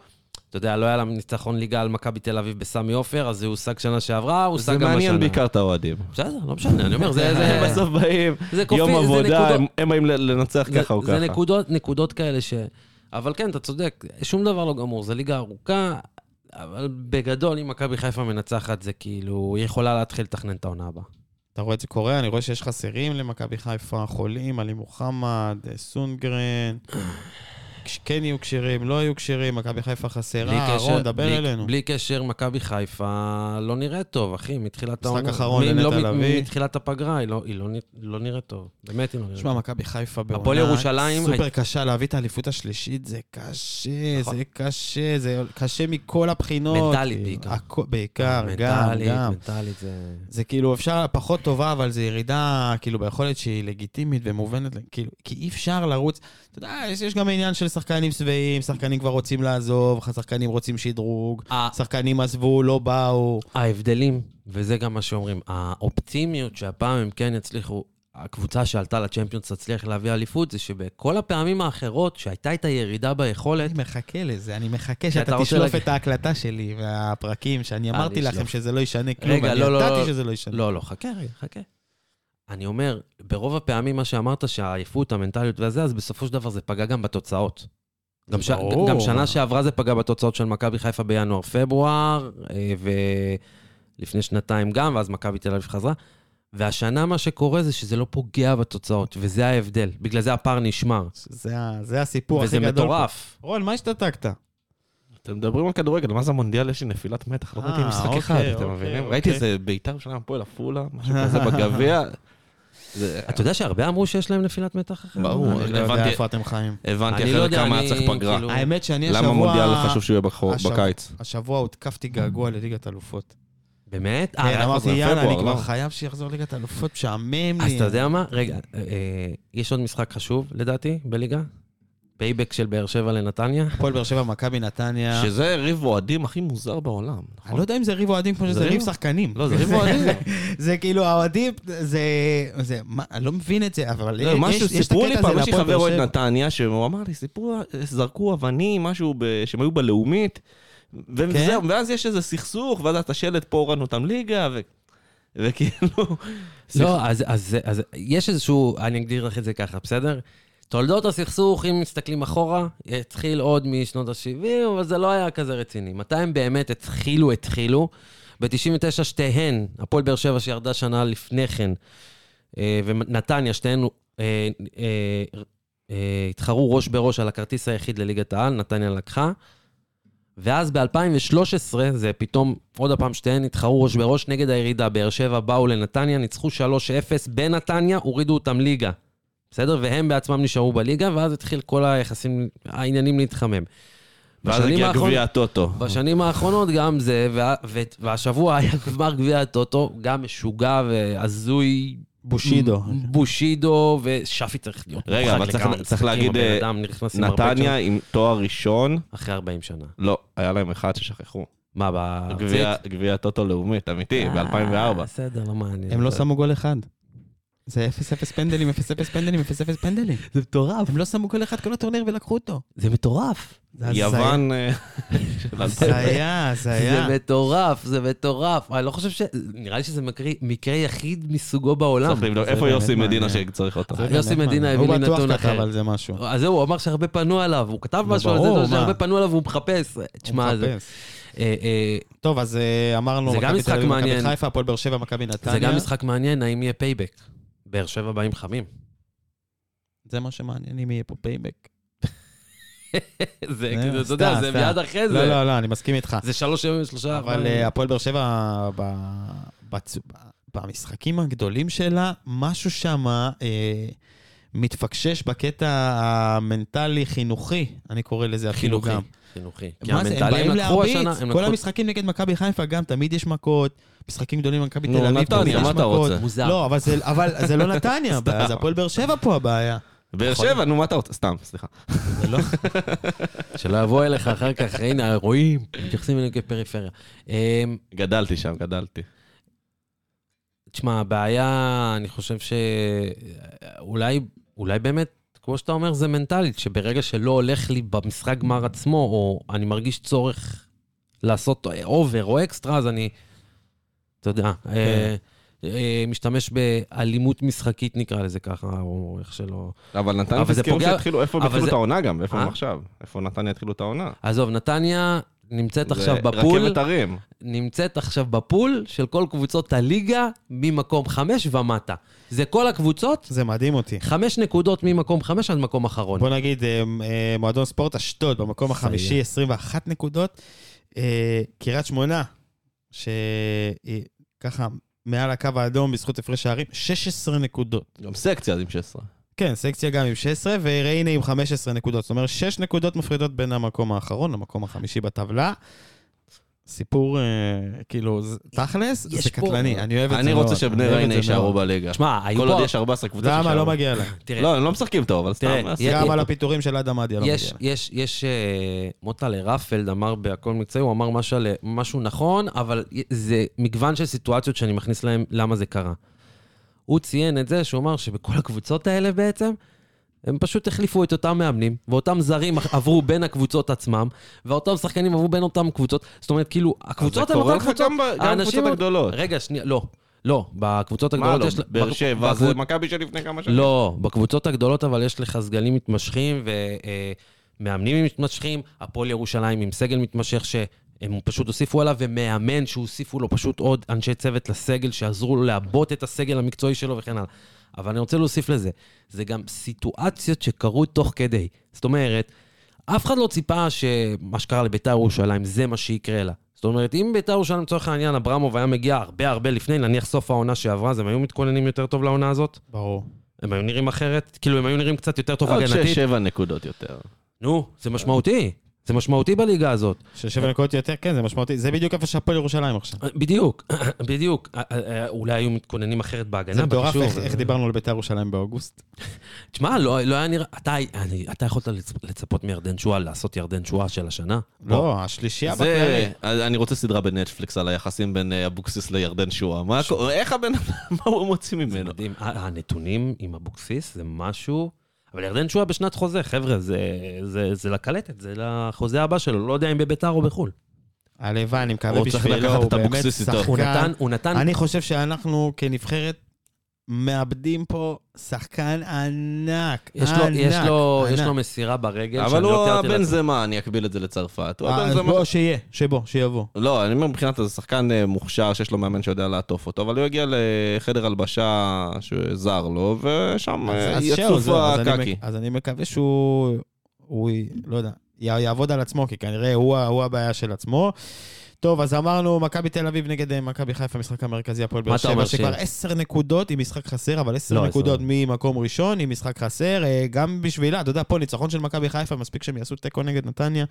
Speaker 2: אתה יודע, לא היה לה ניצחון ליגה על מכבי תל אביב בסמי עופר, אז זה הושג שנה שעברה, הושג גם
Speaker 3: זה
Speaker 2: השנה.
Speaker 3: מעניין בעיקר את האוהדים.
Speaker 2: בסדר, לא משנה, אני אומר, זה...
Speaker 3: הם
Speaker 2: זה-
Speaker 3: בסוף באים,
Speaker 2: זה קופים,
Speaker 3: יום
Speaker 2: זה
Speaker 3: עבודה,
Speaker 2: נקודות.
Speaker 3: הם- הם באים ל- לנצח
Speaker 2: זה-
Speaker 3: ככה או
Speaker 2: זה
Speaker 3: ככה.
Speaker 2: נקודות, נקודות כאלה ש... אבל כן, אתה צודק, שום דבר לא גמור, זו ליגה ארוכה, אבל בגדול, אם מכבי חיפה מנצחת, זה כאילו, היא יכולה להתחיל לתכנן את העונה הבאה.
Speaker 1: אתה רואה את זה קורה? אני רואה שיש חסרים למכבי חיפה, חולים, עלי מוחמד, אה, סונגרן. כן יהיו כשירים, לא יהיו כשירים, מכבי חיפה
Speaker 2: בלי
Speaker 1: חסרה,
Speaker 2: קשר-
Speaker 1: אהרון, דבר
Speaker 2: בלי-
Speaker 1: אלינו.
Speaker 2: בלי קשר, מכבי חיפה לא נראית טוב, אחי, מתחילת
Speaker 1: משחק אחרון
Speaker 2: מ- לא
Speaker 1: לנטע
Speaker 2: מ-
Speaker 1: לביא.
Speaker 2: מתחילת הפגרה, היא לא- היא לא נ- לא נראית טוב. באמת היא לא נראית
Speaker 1: תשמע,
Speaker 2: טוב.
Speaker 1: מכבי חיפה
Speaker 2: הפועל ירושלים
Speaker 1: סופר
Speaker 2: הי-
Speaker 1: קשה להביא את האליפות השלישית, זה קשה,
Speaker 2: נכון.
Speaker 1: זה קשה, זה קשה מכל הבחינות.
Speaker 2: מנטלית
Speaker 1: כאילו,
Speaker 2: בעיקר.
Speaker 1: הכו- בעיקר, גם,
Speaker 2: מנטלית,
Speaker 1: גם.
Speaker 2: מנטלית זה...
Speaker 1: זה כאילו אפשר, פחות טובה, אבל זו ירידה, כאילו, ביכולת שהיא לגיטימית ומובנת, כאילו, כי אי אפשר לרוץ. אתה יודע, יש, יש גם עניין של שחקנים שבעים, שחקנים כבר רוצים לעזוב, שחקנים רוצים שדרוג,
Speaker 2: ה-
Speaker 1: שחקנים עזבו, לא באו.
Speaker 2: ההבדלים, וזה גם מה שאומרים, האופטימיות שהפעם הם כן יצליחו, הקבוצה שעלתה לצ'מפיונס תצליח להביא אליפות, זה שבכל הפעמים האחרות שהייתה את הירידה ביכולת,
Speaker 1: אני מחכה לזה, אני מחכה
Speaker 2: שאתה
Speaker 1: שאתה
Speaker 2: רוצה
Speaker 1: תשלוף
Speaker 2: להגיד-
Speaker 1: את ההקלטה שלי והפרקים, שאני
Speaker 2: אה,
Speaker 1: אמרתי
Speaker 2: לשלוף.
Speaker 1: לכם שזה לא ישנה כלום,
Speaker 2: רגע,
Speaker 1: אני
Speaker 2: לא, לא,
Speaker 1: ידעתי
Speaker 2: לא.
Speaker 1: שזה לא ישנה.
Speaker 2: לא, לא, חכה רגע, חכה. אני אומר, ברוב הפעמים מה שאמרת, שהעייפות, המנטליות וזה, אז בסופו של דבר זה פגע גם בתוצאות. גם, ש...
Speaker 1: ברור.
Speaker 2: גם שנה שעברה זה פגע בתוצאות של מכבי חיפה בינואר-פברואר, אה, ולפני שנתיים גם, ואז מכבי תל אביב חזרה. והשנה מה שקורה זה שזה לא פוגע בתוצאות, וזה ההבדל. בגלל זה הפער נשמר.
Speaker 1: זה ה- זה הסיפור הכי
Speaker 2: וזה
Speaker 1: גדול.
Speaker 2: מטורף. אה,
Speaker 1: פה. רון, מה השתתקת?
Speaker 3: אתם מדברים על כדורגל, מה זה המונדיאל? יש לי נפילת מתח, לא
Speaker 1: אה,
Speaker 3: ראיתי משחק
Speaker 1: אוקיי,
Speaker 3: אחד, אתם
Speaker 1: אוקיי,
Speaker 3: מבינים?
Speaker 1: אוקיי.
Speaker 3: ראיתי איזה ביתר ירושלים, הפועל עפולה, משהו כזה בגביע. זה-
Speaker 2: אתה יודע שהרבה אמרו שיש להם נפילת מתח אחרת?
Speaker 3: ברור.
Speaker 1: אני לא יודע
Speaker 3: הבנתי-
Speaker 1: איפה אתם חיים.
Speaker 3: הבנתי
Speaker 2: אני לא
Speaker 3: אחרת
Speaker 2: יודע,
Speaker 3: כמה
Speaker 2: אני
Speaker 3: היה צריך פגרה.
Speaker 2: כאילו-
Speaker 1: האמת שאני השבוע...
Speaker 3: למה מונדיאל חשוב שהוא יהיה בחור-
Speaker 1: השבוע-
Speaker 3: בקיץ?
Speaker 1: השבוע הותקפתי געגוע לליגת אלופות.
Speaker 2: באמת? אה,
Speaker 1: כן, אמרתי,
Speaker 3: זה
Speaker 1: יאללה, אני
Speaker 3: בפברואר,
Speaker 1: כבר
Speaker 3: לא?"
Speaker 1: חייב שיחזור ליגת האלופות, משעמם לי.
Speaker 2: אז אתה יודע מה? רגע, אה, אה, יש עוד משחק חשוב, לדעתי, בליגה? פייבק של באר שבע לנתניה?
Speaker 1: הפועל באר שבע, מכבי נתניה.
Speaker 3: שזה ריב אוהדים הכי מוזר בעולם,
Speaker 1: אני
Speaker 3: נכון?
Speaker 1: לא יודע אם זה ריב אוהדים כמו
Speaker 3: זה
Speaker 1: שזה ריב
Speaker 3: ריב?
Speaker 1: שחקנים.
Speaker 3: לא, זה ריב אוהדים.
Speaker 1: זה כאילו, האוהדים, זה... זה- מה, אני לא מבין את זה, אבל
Speaker 3: לא,
Speaker 1: יש-
Speaker 3: משהו,
Speaker 1: יש את
Speaker 3: סיפרו לי
Speaker 1: הקטע
Speaker 3: פעם,
Speaker 1: הזה
Speaker 3: יש לי
Speaker 1: להפועל
Speaker 3: חבר
Speaker 1: באר
Speaker 3: אוהד
Speaker 1: שבע.
Speaker 3: נתניה, שהוא אמר לי, סיפרו, זרקו אבנים, משהו, ב- שהם היו בלאומית, ו-
Speaker 1: כן?
Speaker 3: וזהו, ואז יש איזה סכסוך, ואז אתה שלט פה הורדנו אותם ליגה, ו- וכאילו...
Speaker 2: לא, אז- אז אז יש איזשהו, אני אגדיר לך את זה ככה, בסדר? תולדות הסכסוך, אם מסתכלים אחורה, התחיל עוד משנות ה-70, אבל זה לא היה כזה רציני. מתי הם באמת התחילו, התחילו? ב-99 שתיהן, הפועל באר שבע שירדה שנה לפני כן, אה, ונתניה, שתיהן אה, אה, אה, התחרו ראש בראש על הכרטיס היחיד לליגת העל, נתניה לקחה. ואז ב-2013, זה פתאום, עוד הפעם שתיהן התחרו ראש בראש נגד הירידה. באר שבע באו לנתניה, ניצחו 3-0 בנתניה, הורידו אותם ליגה. בסדר? והם בעצמם נשארו בליגה, ואז התחיל כל היחסים, העניינים להתחמם.
Speaker 3: ואז
Speaker 2: בשנים
Speaker 3: הגיע
Speaker 2: האחרונות-
Speaker 3: גביע הטוטו.
Speaker 2: בשנים האחרונות גם זה, וה, ו, והשבוע היה גמר גביע הטוטו, גם משוגע והזוי.
Speaker 1: בושידו.
Speaker 2: בושידו, ושפי צריך להיות
Speaker 3: רגע,
Speaker 2: מורחק
Speaker 3: אבל צריך-
Speaker 2: לגמרי.
Speaker 3: צריך
Speaker 2: משחקים,
Speaker 3: להגיד,
Speaker 2: הבן
Speaker 3: אה,
Speaker 2: אדם נכנס עם הרבה
Speaker 3: נתניה עם תואר ראשון,
Speaker 2: אחרי 40 שנה.
Speaker 3: לא, היה להם אחד ששכחו.
Speaker 2: מה, בארצית?
Speaker 3: גביע- גביע טוטו לאומית, אמיתי, ב-2004.
Speaker 2: אה, בסדר, לא מעניין.
Speaker 1: הם לא שמו גול אחד. זה 0-0 פנדלים, 0-0 פנדלים, 0-0 פנדלים.
Speaker 2: זה מטורף.
Speaker 1: הם לא שמו גול אחד כל הטורניר ולקחו אותו.
Speaker 2: זה מטורף.
Speaker 1: זה הזיה.
Speaker 3: יוון... אה, של
Speaker 1: זה
Speaker 3: אלפיים.
Speaker 1: היה, זה היה.
Speaker 2: זה מטורף, זה מטורף. אני לא חושב ש... נראה לי שזה מקרה- מקרה יחיד מסוגו בעולם.
Speaker 3: צריך לבדוק,
Speaker 1: זה
Speaker 3: איפה
Speaker 1: באמת
Speaker 3: יוסי מדינה
Speaker 1: מעניין.
Speaker 3: שצריך אותו?
Speaker 1: זה
Speaker 2: יוסי
Speaker 1: באמת
Speaker 2: מדינה
Speaker 1: מעניין.
Speaker 2: הביא לי
Speaker 1: הוא
Speaker 2: נתון
Speaker 1: לא בטוח כתב
Speaker 2: אחר.
Speaker 1: על זה משהו.
Speaker 2: אז זהו, הוא אמר שהרבה פנו עליו, הוא כתב
Speaker 1: נו,
Speaker 2: משהו על זה,
Speaker 1: ברור,
Speaker 2: שהרבה
Speaker 1: מה?
Speaker 2: פנו עליו והוא מחפש.
Speaker 1: הוא
Speaker 2: תשמע, זה-
Speaker 1: מחפש.
Speaker 2: אה, אה,
Speaker 1: טוב, אז אה, אמרנו,
Speaker 2: זה גם
Speaker 1: מכבי תל
Speaker 2: משחק
Speaker 1: אביב, מכבי
Speaker 2: מעניין.
Speaker 1: חיפה, הפועל באר שבע, מכבי נתניה.
Speaker 2: זה גם משחק מעניין, האם יהיה פייבק. באר שבע באים חמים.
Speaker 1: זה מה שמעניין אם יהיה פה פייבק.
Speaker 2: זה
Speaker 1: אה,
Speaker 2: כאילו, אתה
Speaker 1: סתם,
Speaker 2: יודע, זה
Speaker 1: סתם.
Speaker 2: מיד אחרי
Speaker 1: לא,
Speaker 2: זה.
Speaker 1: לא, לא, אני מסכים איתך.
Speaker 2: זה שלוש ימים ושלושה...
Speaker 1: אבל אה, הפועל באר שבע, ב- בצ- במשחקים הגדולים שלה, משהו שם אה, מתפקשש בקטע המנטלי-חינוכי, אני קורא לזה אפילו
Speaker 2: חינוכי.
Speaker 1: גם.
Speaker 2: חינוכי. כי
Speaker 1: מה זה, הם
Speaker 2: המנטלים
Speaker 1: באים
Speaker 2: לקחו
Speaker 1: להרביץ?
Speaker 2: השנה, הם
Speaker 1: כל
Speaker 2: לקחו...
Speaker 1: המשחקים נגד מכבי חיפה גם, תמיד יש מכות. משחקים גדולים במכבי
Speaker 3: נו,
Speaker 1: תל אביב,
Speaker 3: נתניה,
Speaker 1: תמיד יש
Speaker 3: מה אתה
Speaker 1: מכות.
Speaker 3: רוצה?
Speaker 2: מוזר.
Speaker 1: לא, אבל זה- אבל זה לא נתניה,
Speaker 3: סתם.
Speaker 1: זה הפועל באר שבע פה הבעיה.
Speaker 3: באר
Speaker 2: יכול
Speaker 3: שבע, נו, מה אתה רוצה? סתם, סליחה.
Speaker 2: שלא יבוא אליך אחר כך, הנה, רואים, מתייחסים אלינו כפריפריה. אמ,
Speaker 3: גדלתי שם, גדלתי.
Speaker 2: תשמע, הבעיה, אני חושב שאולי אולי באמת, כמו שאתה אומר, זה מנטלית, שברגע שלא הולך לי במשחק גמר עצמו, או אני מרגיש צורך לעשות אובר או אקסטרה, אז אני, אתה יודע, אה, אה, משתמש באלימות משחקית, נקרא לזה ככה, או איך שלא...
Speaker 3: אבל נתניה,
Speaker 2: אבל זה
Speaker 3: תזכרו
Speaker 2: פוגע-
Speaker 3: שהתחילו, איפה הם
Speaker 2: אבל
Speaker 3: התחילו
Speaker 2: זה-
Speaker 3: את העונה גם? איפה הם
Speaker 2: אה?
Speaker 3: עכשיו? איפה נתניה התחילו את העונה?
Speaker 2: עזוב, נתניה נמצאת
Speaker 3: זה
Speaker 2: עכשיו בפול.
Speaker 3: רכבת הרים.
Speaker 2: נמצאת עכשיו בפול של כל קבוצות הליגה ממקום חמש ומטה. זה כל הקבוצות,
Speaker 1: זה מדהים אותי.
Speaker 2: חמש נקודות ממקום חמש עד מקום אחרון.
Speaker 1: בוא נגיד, אה, אה, מועדון ספורט אשדוד, במקום החמישי, 21 נקודות. אה, קריית שמונה, שהיא ככה מעל הקו האדום בזכות הפרש שערים, 16 נקודות.
Speaker 3: גם סקציה אז עם 16.
Speaker 1: כן, סקציה גם עם 16, וריינה עם 15 נקודות. זאת אומרת, 6 נקודות מפרידות בין המקום האחרון למקום החמישי בטבלה. סיפור, אה, כאילו, זה- תכלס,
Speaker 2: יש
Speaker 1: זה
Speaker 2: פה-
Speaker 1: קטלני, אני אוהב את זה מאוד.
Speaker 3: אני רוצה שבני
Speaker 1: אני אוהב את
Speaker 3: ריינה
Speaker 1: זה
Speaker 3: יישארו
Speaker 1: מאוד.
Speaker 3: בליגה.
Speaker 2: תשמע, היו
Speaker 3: כל עוד
Speaker 2: פה...
Speaker 3: יש 14 קבוצות
Speaker 1: למה?
Speaker 3: יישארו.
Speaker 1: לא מגיע להם.
Speaker 2: תראה,
Speaker 3: לא, הם לא משחקים טוב, אבל סתם.
Speaker 2: תראה,
Speaker 3: אז-
Speaker 2: יש-
Speaker 1: גם על הפיטורים של אדם עדיה לא מגיע
Speaker 2: יש,
Speaker 1: להם.
Speaker 2: יש, יש, אה, מוטה לרפלד אמר בהכל מקצועי, הוא אמר משהו, על- משהו נכון, אבל זה מגוון של סיטואציות שאני מכניס להם למה זה קרה. הוא ציין את זה שהוא אמר שבכל הקבוצות האלה בעצם, הם פשוט החליפו את אותם מאמנים, ואותם זרים עברו בין הקבוצות עצמם, ואותם שחקנים עברו בין אותם קבוצות. זאת אומרת, כאילו, הקבוצות הן
Speaker 3: קורה
Speaker 2: אותן
Speaker 3: לך
Speaker 2: קבוצות.
Speaker 3: גם ב- גם
Speaker 2: האנשים
Speaker 3: בקבוצות
Speaker 2: הם-
Speaker 3: הגדולות.
Speaker 2: רגע, שנייה, לא. לא, בקבוצות
Speaker 3: מה
Speaker 2: הגדולות
Speaker 3: לא?
Speaker 2: יש...
Speaker 3: באר
Speaker 2: בק-
Speaker 3: שבע
Speaker 2: בקבוצ-
Speaker 3: זה מכבי שלפני כמה שנים.
Speaker 2: לא, בקבוצות הגדולות אבל יש לך סגלים מתמשכים ומאמנים מתמשכים, הפועל ירושלים עם סגל מתמשך שהם פשוט הוסיפו עליו, ומאמן שהוסיפו לו פשוט עוד אנשי צוות לסגל שעזרו לו לעבות את הסגל המקצועי שלו וכן הלאה. אבל אני רוצה להוסיף לזה, זה גם סיטואציות שקרו תוך כדי. זאת אומרת, אף אחד לא ציפה שמה שקרה לביתר ירושלים, זה מה שיקרה לה. זאת אומרת, אם ביתר ירושלים, לצורך העניין, אברמוב היה מגיע הרבה הרבה לפני, נניח סוף העונה שעברה, אז הם היו מתכוננים יותר טוב לעונה הזאת?
Speaker 1: ברור.
Speaker 2: הם היו נראים אחרת, כאילו הם היו נראים קצת יותר טוב
Speaker 3: עוד
Speaker 2: הגנתית.
Speaker 3: שש, שבע נקודות יותר.
Speaker 2: נו, זה משמעותי. זה משמעותי בליגה הזאת.
Speaker 1: של שבע נקודות יותר, כן, זה משמעותי. זה בדיוק איפה שהפועל ירושלים עכשיו.
Speaker 2: בדיוק, בדיוק. אה, אה, אולי היו מתכוננים אחרת בהגנה,
Speaker 1: זה מטורף
Speaker 2: בקישור.
Speaker 1: איך- איך דיברנו על בית"ר ירושלים באוגוסט.
Speaker 2: תשמע, לא לא היה נראה... אתה- אני- אתה יכולת לצפ- לצפות מירדן שואה לעשות ירדן שואה של השנה?
Speaker 1: לא, השלישייה בכללי.
Speaker 3: זה, אז אני רוצה סדרה בנטפליקס על היחסים בין אה, אבוקסיס לירדן שואה. מה קורה? איך הבן אדם, מה הוא מוציא ממנו?
Speaker 2: מדהים. ה- הנתונים עם אבוקסיס זה משהו... אבל ירדן שואה בשנת חוזה, חבר'ה, זה- זה- זה לקלטת, זה לחוזה הבא שלו, לא יודע אם בביתר או בחו"ל.
Speaker 1: כן. הלוואי, אני מקווה
Speaker 3: הוא צריך
Speaker 1: בשבילו,
Speaker 3: לקחת
Speaker 1: הוא
Speaker 3: את
Speaker 1: באמת
Speaker 3: אבוקסיס איתו.
Speaker 2: הוא
Speaker 1: שחקן.
Speaker 2: נתן, הוא נתן...
Speaker 1: אני חושב שאנחנו כנבחרת מאבדים פה שחקן ענק.
Speaker 2: יש לו,
Speaker 1: ענק,
Speaker 2: יש לו, יש
Speaker 1: ענק.
Speaker 2: לו מסירה ברגל,
Speaker 3: אבל
Speaker 2: שאני לא
Speaker 3: הוא
Speaker 2: תיארתי
Speaker 3: הבן
Speaker 2: לעצמי.
Speaker 3: זמה, אני אקביל את זה לצרפת. הוא הבן
Speaker 1: אה, אז
Speaker 3: זמה.
Speaker 1: בוא, שיהיה, שבוא, שיבוא.
Speaker 3: לא, אני אומר מבחינת איזה שחקן אה, מוכשר שיש לו מאמן שיודע לעטוף אותו, אבל הוא יגיע לחדר הלבשה שזר לו, ושם אה,
Speaker 1: אז זהו,
Speaker 3: יצוף
Speaker 1: זהו, אז אני
Speaker 3: הקקי.
Speaker 1: מק- אז אני מקווה שהוא, הוא, י- לא יודע, י- יעבוד על עצמו, כי כנראה הוא ה- הוא הבעיה של עצמו. טוב, אז אמרנו, מכבי תל אביב נגד אה, מכבי חיפה, משחק המרכזי, הפועל
Speaker 2: מה
Speaker 1: באר
Speaker 2: אתה אומר
Speaker 1: שבע, שכבר
Speaker 2: ש-
Speaker 1: עשר נקודות עם משחק חסר, אבל עשר
Speaker 2: לא,
Speaker 1: נקודות
Speaker 2: עשר.
Speaker 1: ממקום ראשון עם משחק חסר. אה, גם בשבילה, אתה יודע, פה ניצחון של מכבי חיפה, מספיק שהם יעשו תיקו נגד נתניה,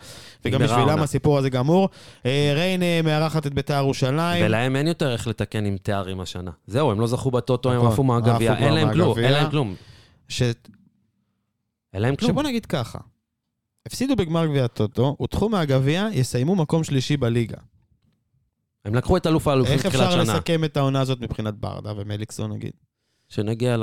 Speaker 1: וגם
Speaker 2: נגמרה
Speaker 1: בשבילם
Speaker 2: העונה.
Speaker 1: הסיפור הזה גמור. אה, ריינה מארחת את בית"ר ירושלים.
Speaker 2: ולהם אין יותר איך לתקן עם תארים השנה. זהו, הם לא זכו בטוטו, הם
Speaker 1: נכון,
Speaker 2: עפו מהגביע,
Speaker 1: עפו
Speaker 2: אין
Speaker 1: כבר
Speaker 2: להם כלום,
Speaker 1: מהגביע.
Speaker 2: אין להם כלום.
Speaker 1: ש...
Speaker 2: אין להם כלום.
Speaker 1: שבוא נגיד ככה, הפסידו בגמר גביע הטוטו, הודחו מהגביע, יסיימו מקום שלישי בליגה.
Speaker 2: הם לקחו את אלוף האלופים
Speaker 1: איך
Speaker 2: תחילת
Speaker 1: אפשר
Speaker 2: שנה.
Speaker 1: לסכם את העונה הזאת מבחינת ברדה ומליקסון נגיד?
Speaker 2: שנגיע ל...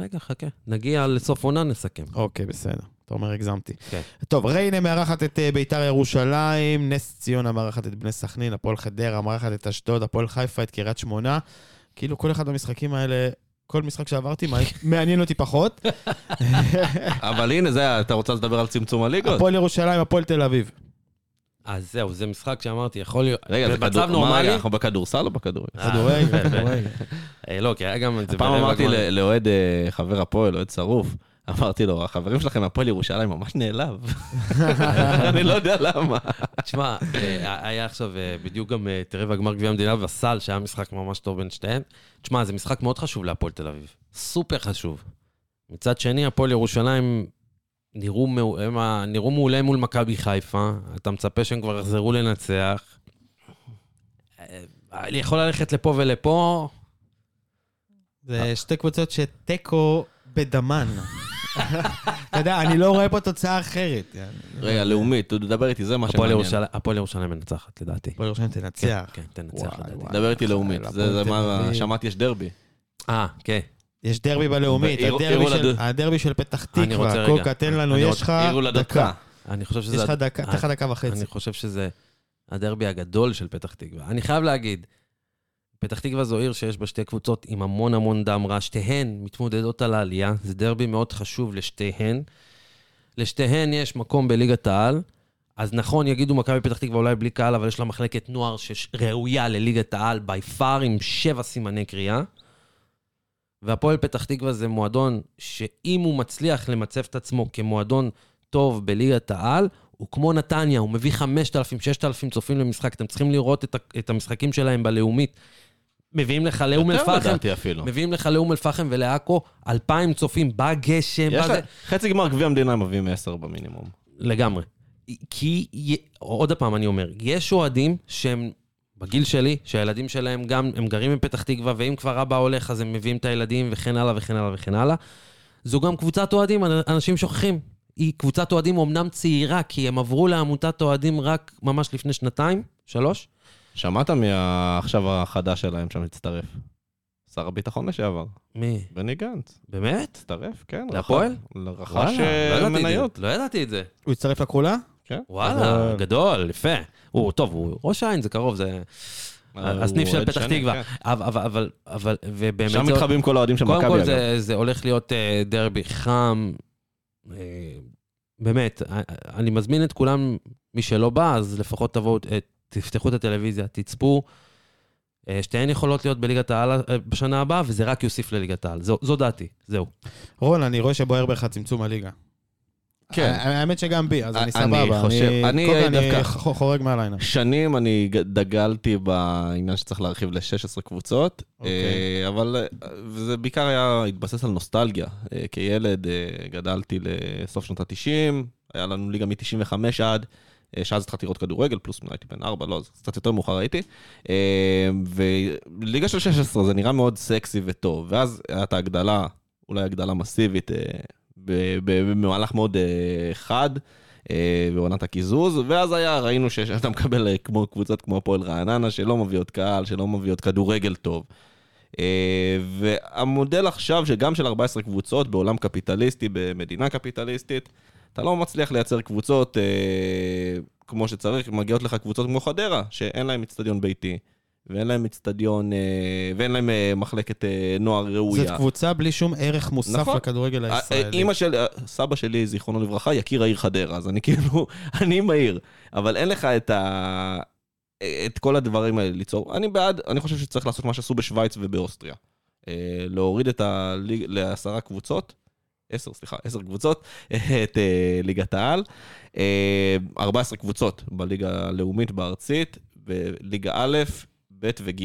Speaker 2: רגע, חכה. נגיע לסוף עונה, נסכם.
Speaker 1: אוקיי, בסדר. אתה אומר, הגזמתי.
Speaker 2: כן.
Speaker 1: טוב, ריינה מארחת את אה, ביתר ירושלים, נס ציונה מארחת את בני סכנין, הפועל חדרה מארחת את אשדוד, הפועל חיפה, את קריית שמונה. כאילו, כל אחד במשחקים האלה, כל משחק שעברתי, מה- מעניין אותי פחות.
Speaker 3: אבל הנה, זה, היה- אתה רוצה לדבר על צמצום הליגות?
Speaker 1: הפועל ירושלים, הפועל תל אביב.
Speaker 2: אז זהו, זה משחק שאמרתי, יכול להיות...
Speaker 3: רגע, זה
Speaker 2: במצב
Speaker 3: כדור... מה,
Speaker 2: נורמלי...
Speaker 3: רגע, אנחנו בכדורסל או בכדורגל?
Speaker 2: אה,
Speaker 1: כדורגל,
Speaker 2: יפה.
Speaker 1: כדורגל.
Speaker 2: אה, לא, כי היה גם את זה...
Speaker 3: פעם
Speaker 2: ברבע
Speaker 3: אמרתי
Speaker 2: גמר.
Speaker 3: ל- לאוהד, אה, חבר הפועל, אוהד שרוף, אמרתי לו, החברים שלכם מהפועל ירושלים ממש נעלב. אני לא יודע למה.
Speaker 2: תשמע, אה, היה עכשיו אה, בדיוק גם אה, את רבע גמר גביע המדינה וסל, שהיה משחק ממש טוב בין שתיהם. תשמע, זה משחק מאוד חשוב להפועל תל אביב. סופר חשוב. מצד שני, הפועל ירושלים נראו, מעו- הם ה- נראו מעולה מול מכבי חיפה. אתה מצפה שהם כבר יחזרו לנצח. אה, אני יכול ללכת לפה ולפה.
Speaker 1: זה שתי קבוצות שתיקו בדמן. אתה יודע, אני לא רואה פה תוצאה אחרת.
Speaker 3: רגע, לאומית, תדבר איתי, זה מה
Speaker 2: הפועל
Speaker 3: שמעניין.
Speaker 2: ירושלים- הפועל ירושלים מנצחת, לדעתי.
Speaker 1: הפועל ירושלים
Speaker 2: כן,
Speaker 1: תנצח.
Speaker 2: כן,
Speaker 1: וואי,
Speaker 2: תנצח, לדעתי.
Speaker 1: וואי.
Speaker 3: דבר איתי לאומית, זה זה
Speaker 1: תל
Speaker 3: מה,
Speaker 1: אביב.
Speaker 3: שמעתי יש דרבי.
Speaker 2: אה, כן.
Speaker 1: יש דרבי בלאומית,
Speaker 3: בעיר-
Speaker 1: הדרבי
Speaker 3: עיר
Speaker 1: של-
Speaker 3: הולדות.
Speaker 1: הדרבי של פתח
Speaker 2: אני
Speaker 1: תקווה.
Speaker 2: רוצה רגע.
Speaker 1: קוקה, תן לנו,
Speaker 2: אני
Speaker 1: יש
Speaker 2: רוצה-
Speaker 1: לך
Speaker 3: עירו לדקה.
Speaker 1: דקה.
Speaker 2: אני חושב שזה...
Speaker 1: יש לך דקה,
Speaker 2: אה,
Speaker 1: תן לך דקה וחצי.
Speaker 2: אני חושב שזה הדרבי הגדול של פתח תקווה. אני חייב להגיד, פתח תקווה זו עיר שיש בה שתי קבוצות עם המון המון דם רע, שתיהן מתמודדות על העלייה, זה דרבי מאוד חשוב לשתיהן. לשתיהן יש מקום בליגת העל. אז נכון, יגידו מכבי פתח תקווה אולי בלי קהל, אבל יש לה מחלקת נוער שראויה לליגת העל בי פאר עם שבע סימני קריאה. והפועל פתח תקווה זה מועדון שאם הוא מצליח למצב את עצמו כמועדון טוב בליגת העל, הוא כמו נתניה, הוא מביא 5,000, 6,000 צופים למשחק. אתם צריכים לראות את, ה- את המשחקים שלהם בלאומית. מביאים לך לאום
Speaker 3: יותר
Speaker 2: אל-פחם,
Speaker 3: לדעתי אפילו.
Speaker 2: מביאים לך לאום אל-פחם ולעכו, 2,000 צופים בגשם.
Speaker 3: יש
Speaker 2: בזה.
Speaker 3: לה- חצי גמר גביע המדינה הם מביאים 10 במינימום.
Speaker 2: לגמרי. כי, י- עוד פעם אני אומר, יש אוהדים שהם בגיל שלי, שהילדים שלהם גם, הם גרים בפתח תקווה, ואם כבר אבא הולך אז הם מביאים את הילדים וכן הלאה וכן הלאה וכן הלאה. זו גם קבוצת אוהדים, אנ- אנשים שוכחים. היא קבוצת אוהדים אומנם צעירה, כי הם עברו לעמותת אוהדים רק ממש לפני שנתיים, שלוש.
Speaker 3: שמעת מעכשיו החדש שלהם שם הצטרף? שר הביטחון לשעבר,
Speaker 2: מי?
Speaker 3: בני גנץ.
Speaker 2: באמת?
Speaker 3: הצטרף, כן.
Speaker 2: להפועל?
Speaker 3: רכש- רכש
Speaker 2: וואלה,
Speaker 3: אה,
Speaker 2: לא ידעתי את
Speaker 3: מניות.
Speaker 2: זה. לא ידעתי את זה.
Speaker 1: הוא הצטרף לכחולה?
Speaker 3: כן.
Speaker 2: וואלה,
Speaker 1: אבל-
Speaker 2: גדול, יפה. הוא, טוב, הוא ראש העין, זה קרוב, זה
Speaker 3: הוא
Speaker 2: הסניף של
Speaker 3: אוהד
Speaker 2: פתח
Speaker 3: אה, שני,
Speaker 2: תקווה.
Speaker 3: כן.
Speaker 2: אבל, אבל- אבל, אבל, ובאמת...
Speaker 3: שם
Speaker 2: זה-
Speaker 3: מתחבאים כל האוהדים של
Speaker 2: קודם
Speaker 3: מכבי,
Speaker 2: כל
Speaker 3: אגב.
Speaker 2: זה, זה הולך להיות אה, דרבי חם. אה, באמת, אה, אני מזמין את כולם, מי שלא בא, אז לפחות תבואו, אה, תפתחו את הטלוויזיה, תצפו. אה, שתיהן יכולות להיות בליגת העל אה, בשנה הבאה, וזה רק יוסיף לליגת העל. זו, זו דעתי, זהו.
Speaker 1: רון, אני רואה שבוער בך צמצום הליגה.
Speaker 3: כן.
Speaker 1: ה- האמת שגם בי, אז
Speaker 3: אני
Speaker 1: אני סבבה.
Speaker 3: חושב- אני
Speaker 1: אני קודם
Speaker 3: דווקא-
Speaker 1: אני ח- חורג מהלילה.
Speaker 3: שנים אני ג- דגלתי בעניין שצריך להרחיב ל-16 קבוצות,
Speaker 1: אוקיי.
Speaker 3: אה, אבל אה, זה בעיקר היה התבסס על נוסטלגיה. אה, כילד אה, גדלתי לסוף שנות ה-90, היה לנו ליגה מ-95 עד, אה, שאז התחלתי לראות כדורגל, פלוס הייתי בן 4, לא, זה קצת יותר מאוחר הייתי. אה, וליגה של 16 זה נראה מאוד סקסי וטוב, ואז הייתה הגדלה, אולי הגדלה מסיבית, אה, ב- ב- במהלך מאוד אה, חד. אה, בעונת הקיזוז, ואז היה, ראינו שאתה מקבל אה, כמו קבוצות כמו הפועל רעננה, שלא מביאות קהל, שלא מביאות כדורגל טוב. אה, והמודל עכשיו, שגם של 14 קבוצות בעולם קפיטליסטי, במדינה קפיטליסטית, אתה לא מצליח לייצר קבוצות אה, כמו שצריך, מגיעות לך קבוצות כמו חדרה, שאין להם אצטדיון ביתי, ואין להם אצטדיון, אה, ואין להם אה, מחלקת אה, נוער ראויה.
Speaker 1: זאת קבוצה בלי שום ערך מוסף
Speaker 3: נכון.
Speaker 1: לכדורגל הישראלי.
Speaker 3: אימא של, אה, סבא שלי, זיכרונו לברכה, יקיר העיר חדרה, אז אני כאילו, אני מהעיר, אבל אין לך את ה... את כל הדברים האלה ליצור. אני בעד, אני חושב שצריך לעשות מה שעשו בשוויץ ובאוסטריה. אה, להוריד את הליג לעשרה קבוצות, עשר, סליחה, עשר קבוצות, את אה, ליגת העל. אה, 14 קבוצות בליגה הלאומית, בארצית, בליגה א', ב' וג'.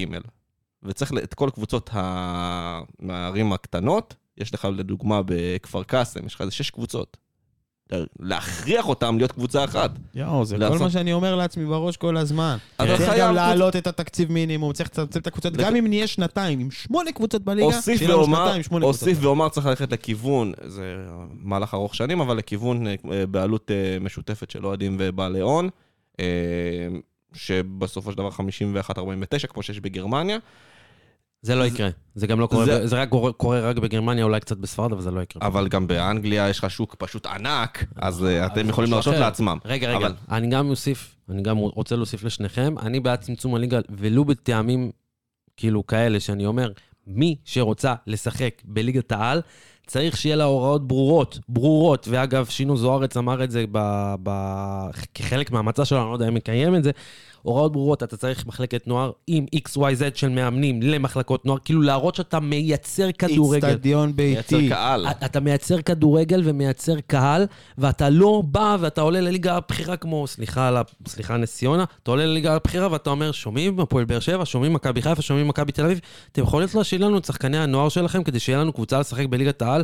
Speaker 3: וצריך ל- את כל קבוצות ה- מהערים הקטנות, יש לך לדוגמה בכפר קאסם, יש לך איזה שש קבוצות. להכריח אותם להיות קבוצה אחת.
Speaker 1: יואו, זה כל
Speaker 3: לעשות-
Speaker 1: מה שאני אומר לעצמי בראש כל הזמן.
Speaker 3: אז אתה
Speaker 1: כן. צריך
Speaker 3: חייב-
Speaker 1: גם להעלות את התקציב מינימום, צריך לצמצם את הקבוצות,
Speaker 3: לק-
Speaker 1: גם אם נהיה שנתיים, עם שמונה קבוצות בליגה,
Speaker 3: אוסיף
Speaker 1: שיהיה לנו
Speaker 3: ואומר,
Speaker 1: שנתיים, שמונה
Speaker 3: אוסיף
Speaker 1: קבוצות.
Speaker 3: ואומר, צריך ללכת לכיוון, זה מהלך ארוך שנים, אבל לכיוון אה, בעלות אה, משותפת של אוהדים ובעלי הון, אה, שבסופו של דבר 51-49, כמו שיש בגרמניה.
Speaker 2: זה לא יקרה. זה גם לא קורה,
Speaker 3: זה-
Speaker 2: זה, זה רק קורה, קורה רק בגרמניה, אולי קצת בספרד, אבל זה לא יקרה.
Speaker 3: אבל גם באנגליה יש לך שוק פשוט ענק, אז אה, אתם
Speaker 2: זה
Speaker 3: יכולים
Speaker 2: משהו
Speaker 3: להרשות
Speaker 2: אחר.
Speaker 3: לעצמם.
Speaker 2: רגע, רגע,
Speaker 3: אבל-
Speaker 2: אבל... אני גם אוסיף, אני גם רוצה להוסיף לשניכם, אני בעד צמצום הליגה, ולו בטעמים כאילו כאלה, שאני אומר, מי שרוצה לשחק בליגת העל, צריך שיהיה לה הוראות ברורות, ברורות, ואגב, שינו זוארץ אמר את זה ב, ב, כחלק מהמצע שלו, אני לא יודע אם מקיים את זה, הוראות ברורות, אתה צריך מחלקת נוער עם XYZ של מאמנים למחלקות נוער, כאילו להראות שאתה מייצר כדורגל.
Speaker 1: איצטדיון
Speaker 3: לייצר
Speaker 1: ביתי.
Speaker 3: קהל.
Speaker 2: אתה- אתה מייצר כדורגל ומייצר קהל, ואתה לא בא ואתה עולה לליגה הבכירה כמו, סליחה, על ה- סליחה נס ציונה, אתה עולה לליגה הבכירה ואתה אומר, שומעים הפועל באר שבע, שומעים מכבי חיפה, שומעים מכבי תל אביב, אתם יכולים להשאיר לנו את שחקני הנוער שלכם כדי שיהיה לנו קבוצה לשחק בליגת העל?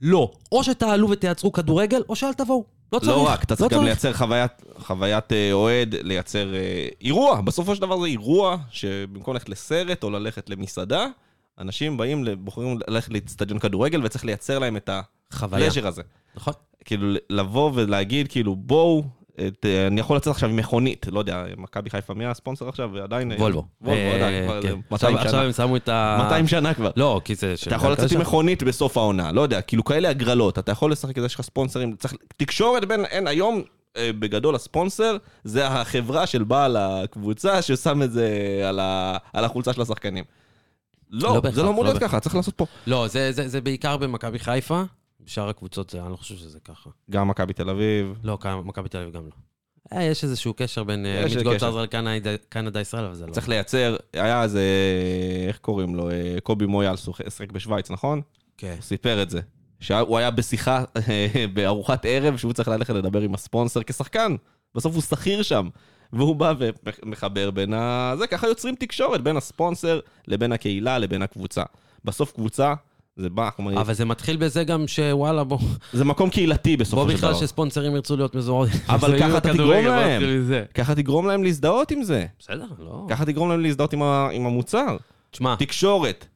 Speaker 2: לא. או שתעלו ותייצרו כדורגל, או שאל תבואו. לא צריך.
Speaker 3: לא רק, אתה צריך גם
Speaker 2: צריך.
Speaker 3: לייצר חוויית, חוויית אה, אוהד, לייצר אה, אירוע. בסופו של דבר זה אירוע שבמקום ללכת לסרט או ללכת למסעדה, אנשים באים, ל- בוחרים ללכת לאצטדיון כדורגל וצריך לייצר להם את
Speaker 2: חוויה.
Speaker 3: הפלז'ר הזה.
Speaker 2: נכון.
Speaker 3: כאילו, לבוא ולהגיד, כאילו, בואו, את, אה, אני יכול לצאת עכשיו עם מכונית, לא יודע, מכבי חיפה, מי הספונסר עכשיו? ועדיין... אה,
Speaker 2: וולבו.
Speaker 3: וולבו,
Speaker 2: אה,
Speaker 3: עדיין, כבר
Speaker 2: כן.
Speaker 3: 200
Speaker 2: עכשיו-
Speaker 3: שנה.
Speaker 2: עכשיו הם שמו את ה...
Speaker 3: 200 שנה כבר.
Speaker 2: לא, כי זה... של-
Speaker 3: אתה יכול לצאת
Speaker 2: שם.
Speaker 3: עם מכונית בסוף העונה, לא יודע, כאילו כאלה הגרלות, אתה יכול לשחק את זה, יש לך ספונסרים, צריך... תקשורת בין, אין, היום אה, בגדול הספונסר, זה החברה של בעל הקבוצה ששם את זה על, ה, על החולצה של השחקנים. לא,
Speaker 2: לא
Speaker 3: לא
Speaker 2: בהכרח,
Speaker 3: זה לא אמור
Speaker 2: לא
Speaker 3: להיות
Speaker 2: בהכרח.
Speaker 3: ככה, צריך לעשות פה.
Speaker 2: לא, זה- זה זה בעיקר במכבי חיפה, בשאר הקבוצות זה- אני לא חושב שזה ככה.
Speaker 3: גם מכבי תל אביב,
Speaker 2: לא, כאן- מכבי תל אביב גם לא. אה, יש איזשהו קשר בין אה,
Speaker 3: יש
Speaker 2: מתגובות
Speaker 3: קשר.
Speaker 2: עזרא לקנדה-ישראל, אבל זה לא.
Speaker 3: צריך לייצר, היה אז, אה, איך קוראים לו, אה, קובי מויאל שוח- שיחק בשוויץ, נכון?
Speaker 2: כן.
Speaker 3: הוא סיפר את זה. שהוא היה בשיחה, אה, בארוחת ערב, שהוא צריך ללכת לדבר עם הספונסר כשחקן. בסוף הוא שכיר שם. והוא בא ומחבר בין ה... זה, ככה יוצרים תקשורת בין הספונסר לבין הקהילה לבין הקבוצה. בסוף קבוצה, זה בא, אנחנו אומרים,
Speaker 2: אבל זה מתחיל בזה גם שוואלה, בוא,
Speaker 3: זה מקום קהילתי בסופו
Speaker 2: בוא
Speaker 3: של דבר.
Speaker 2: בכלל שספונסרים ירצו להיות מזוהות.
Speaker 3: אבל
Speaker 2: מזוהים
Speaker 3: ככה אתה
Speaker 2: בכדורגל,
Speaker 3: תגרום
Speaker 2: בוא
Speaker 3: להם.
Speaker 2: נתחיל מזה.
Speaker 3: ככה תגרום להם להזדהות עם זה.
Speaker 2: בסדר, לא.
Speaker 3: ככה תגרום להם להזדהות עם ה- עם המוצר.
Speaker 2: תשמע,
Speaker 3: תקשורת.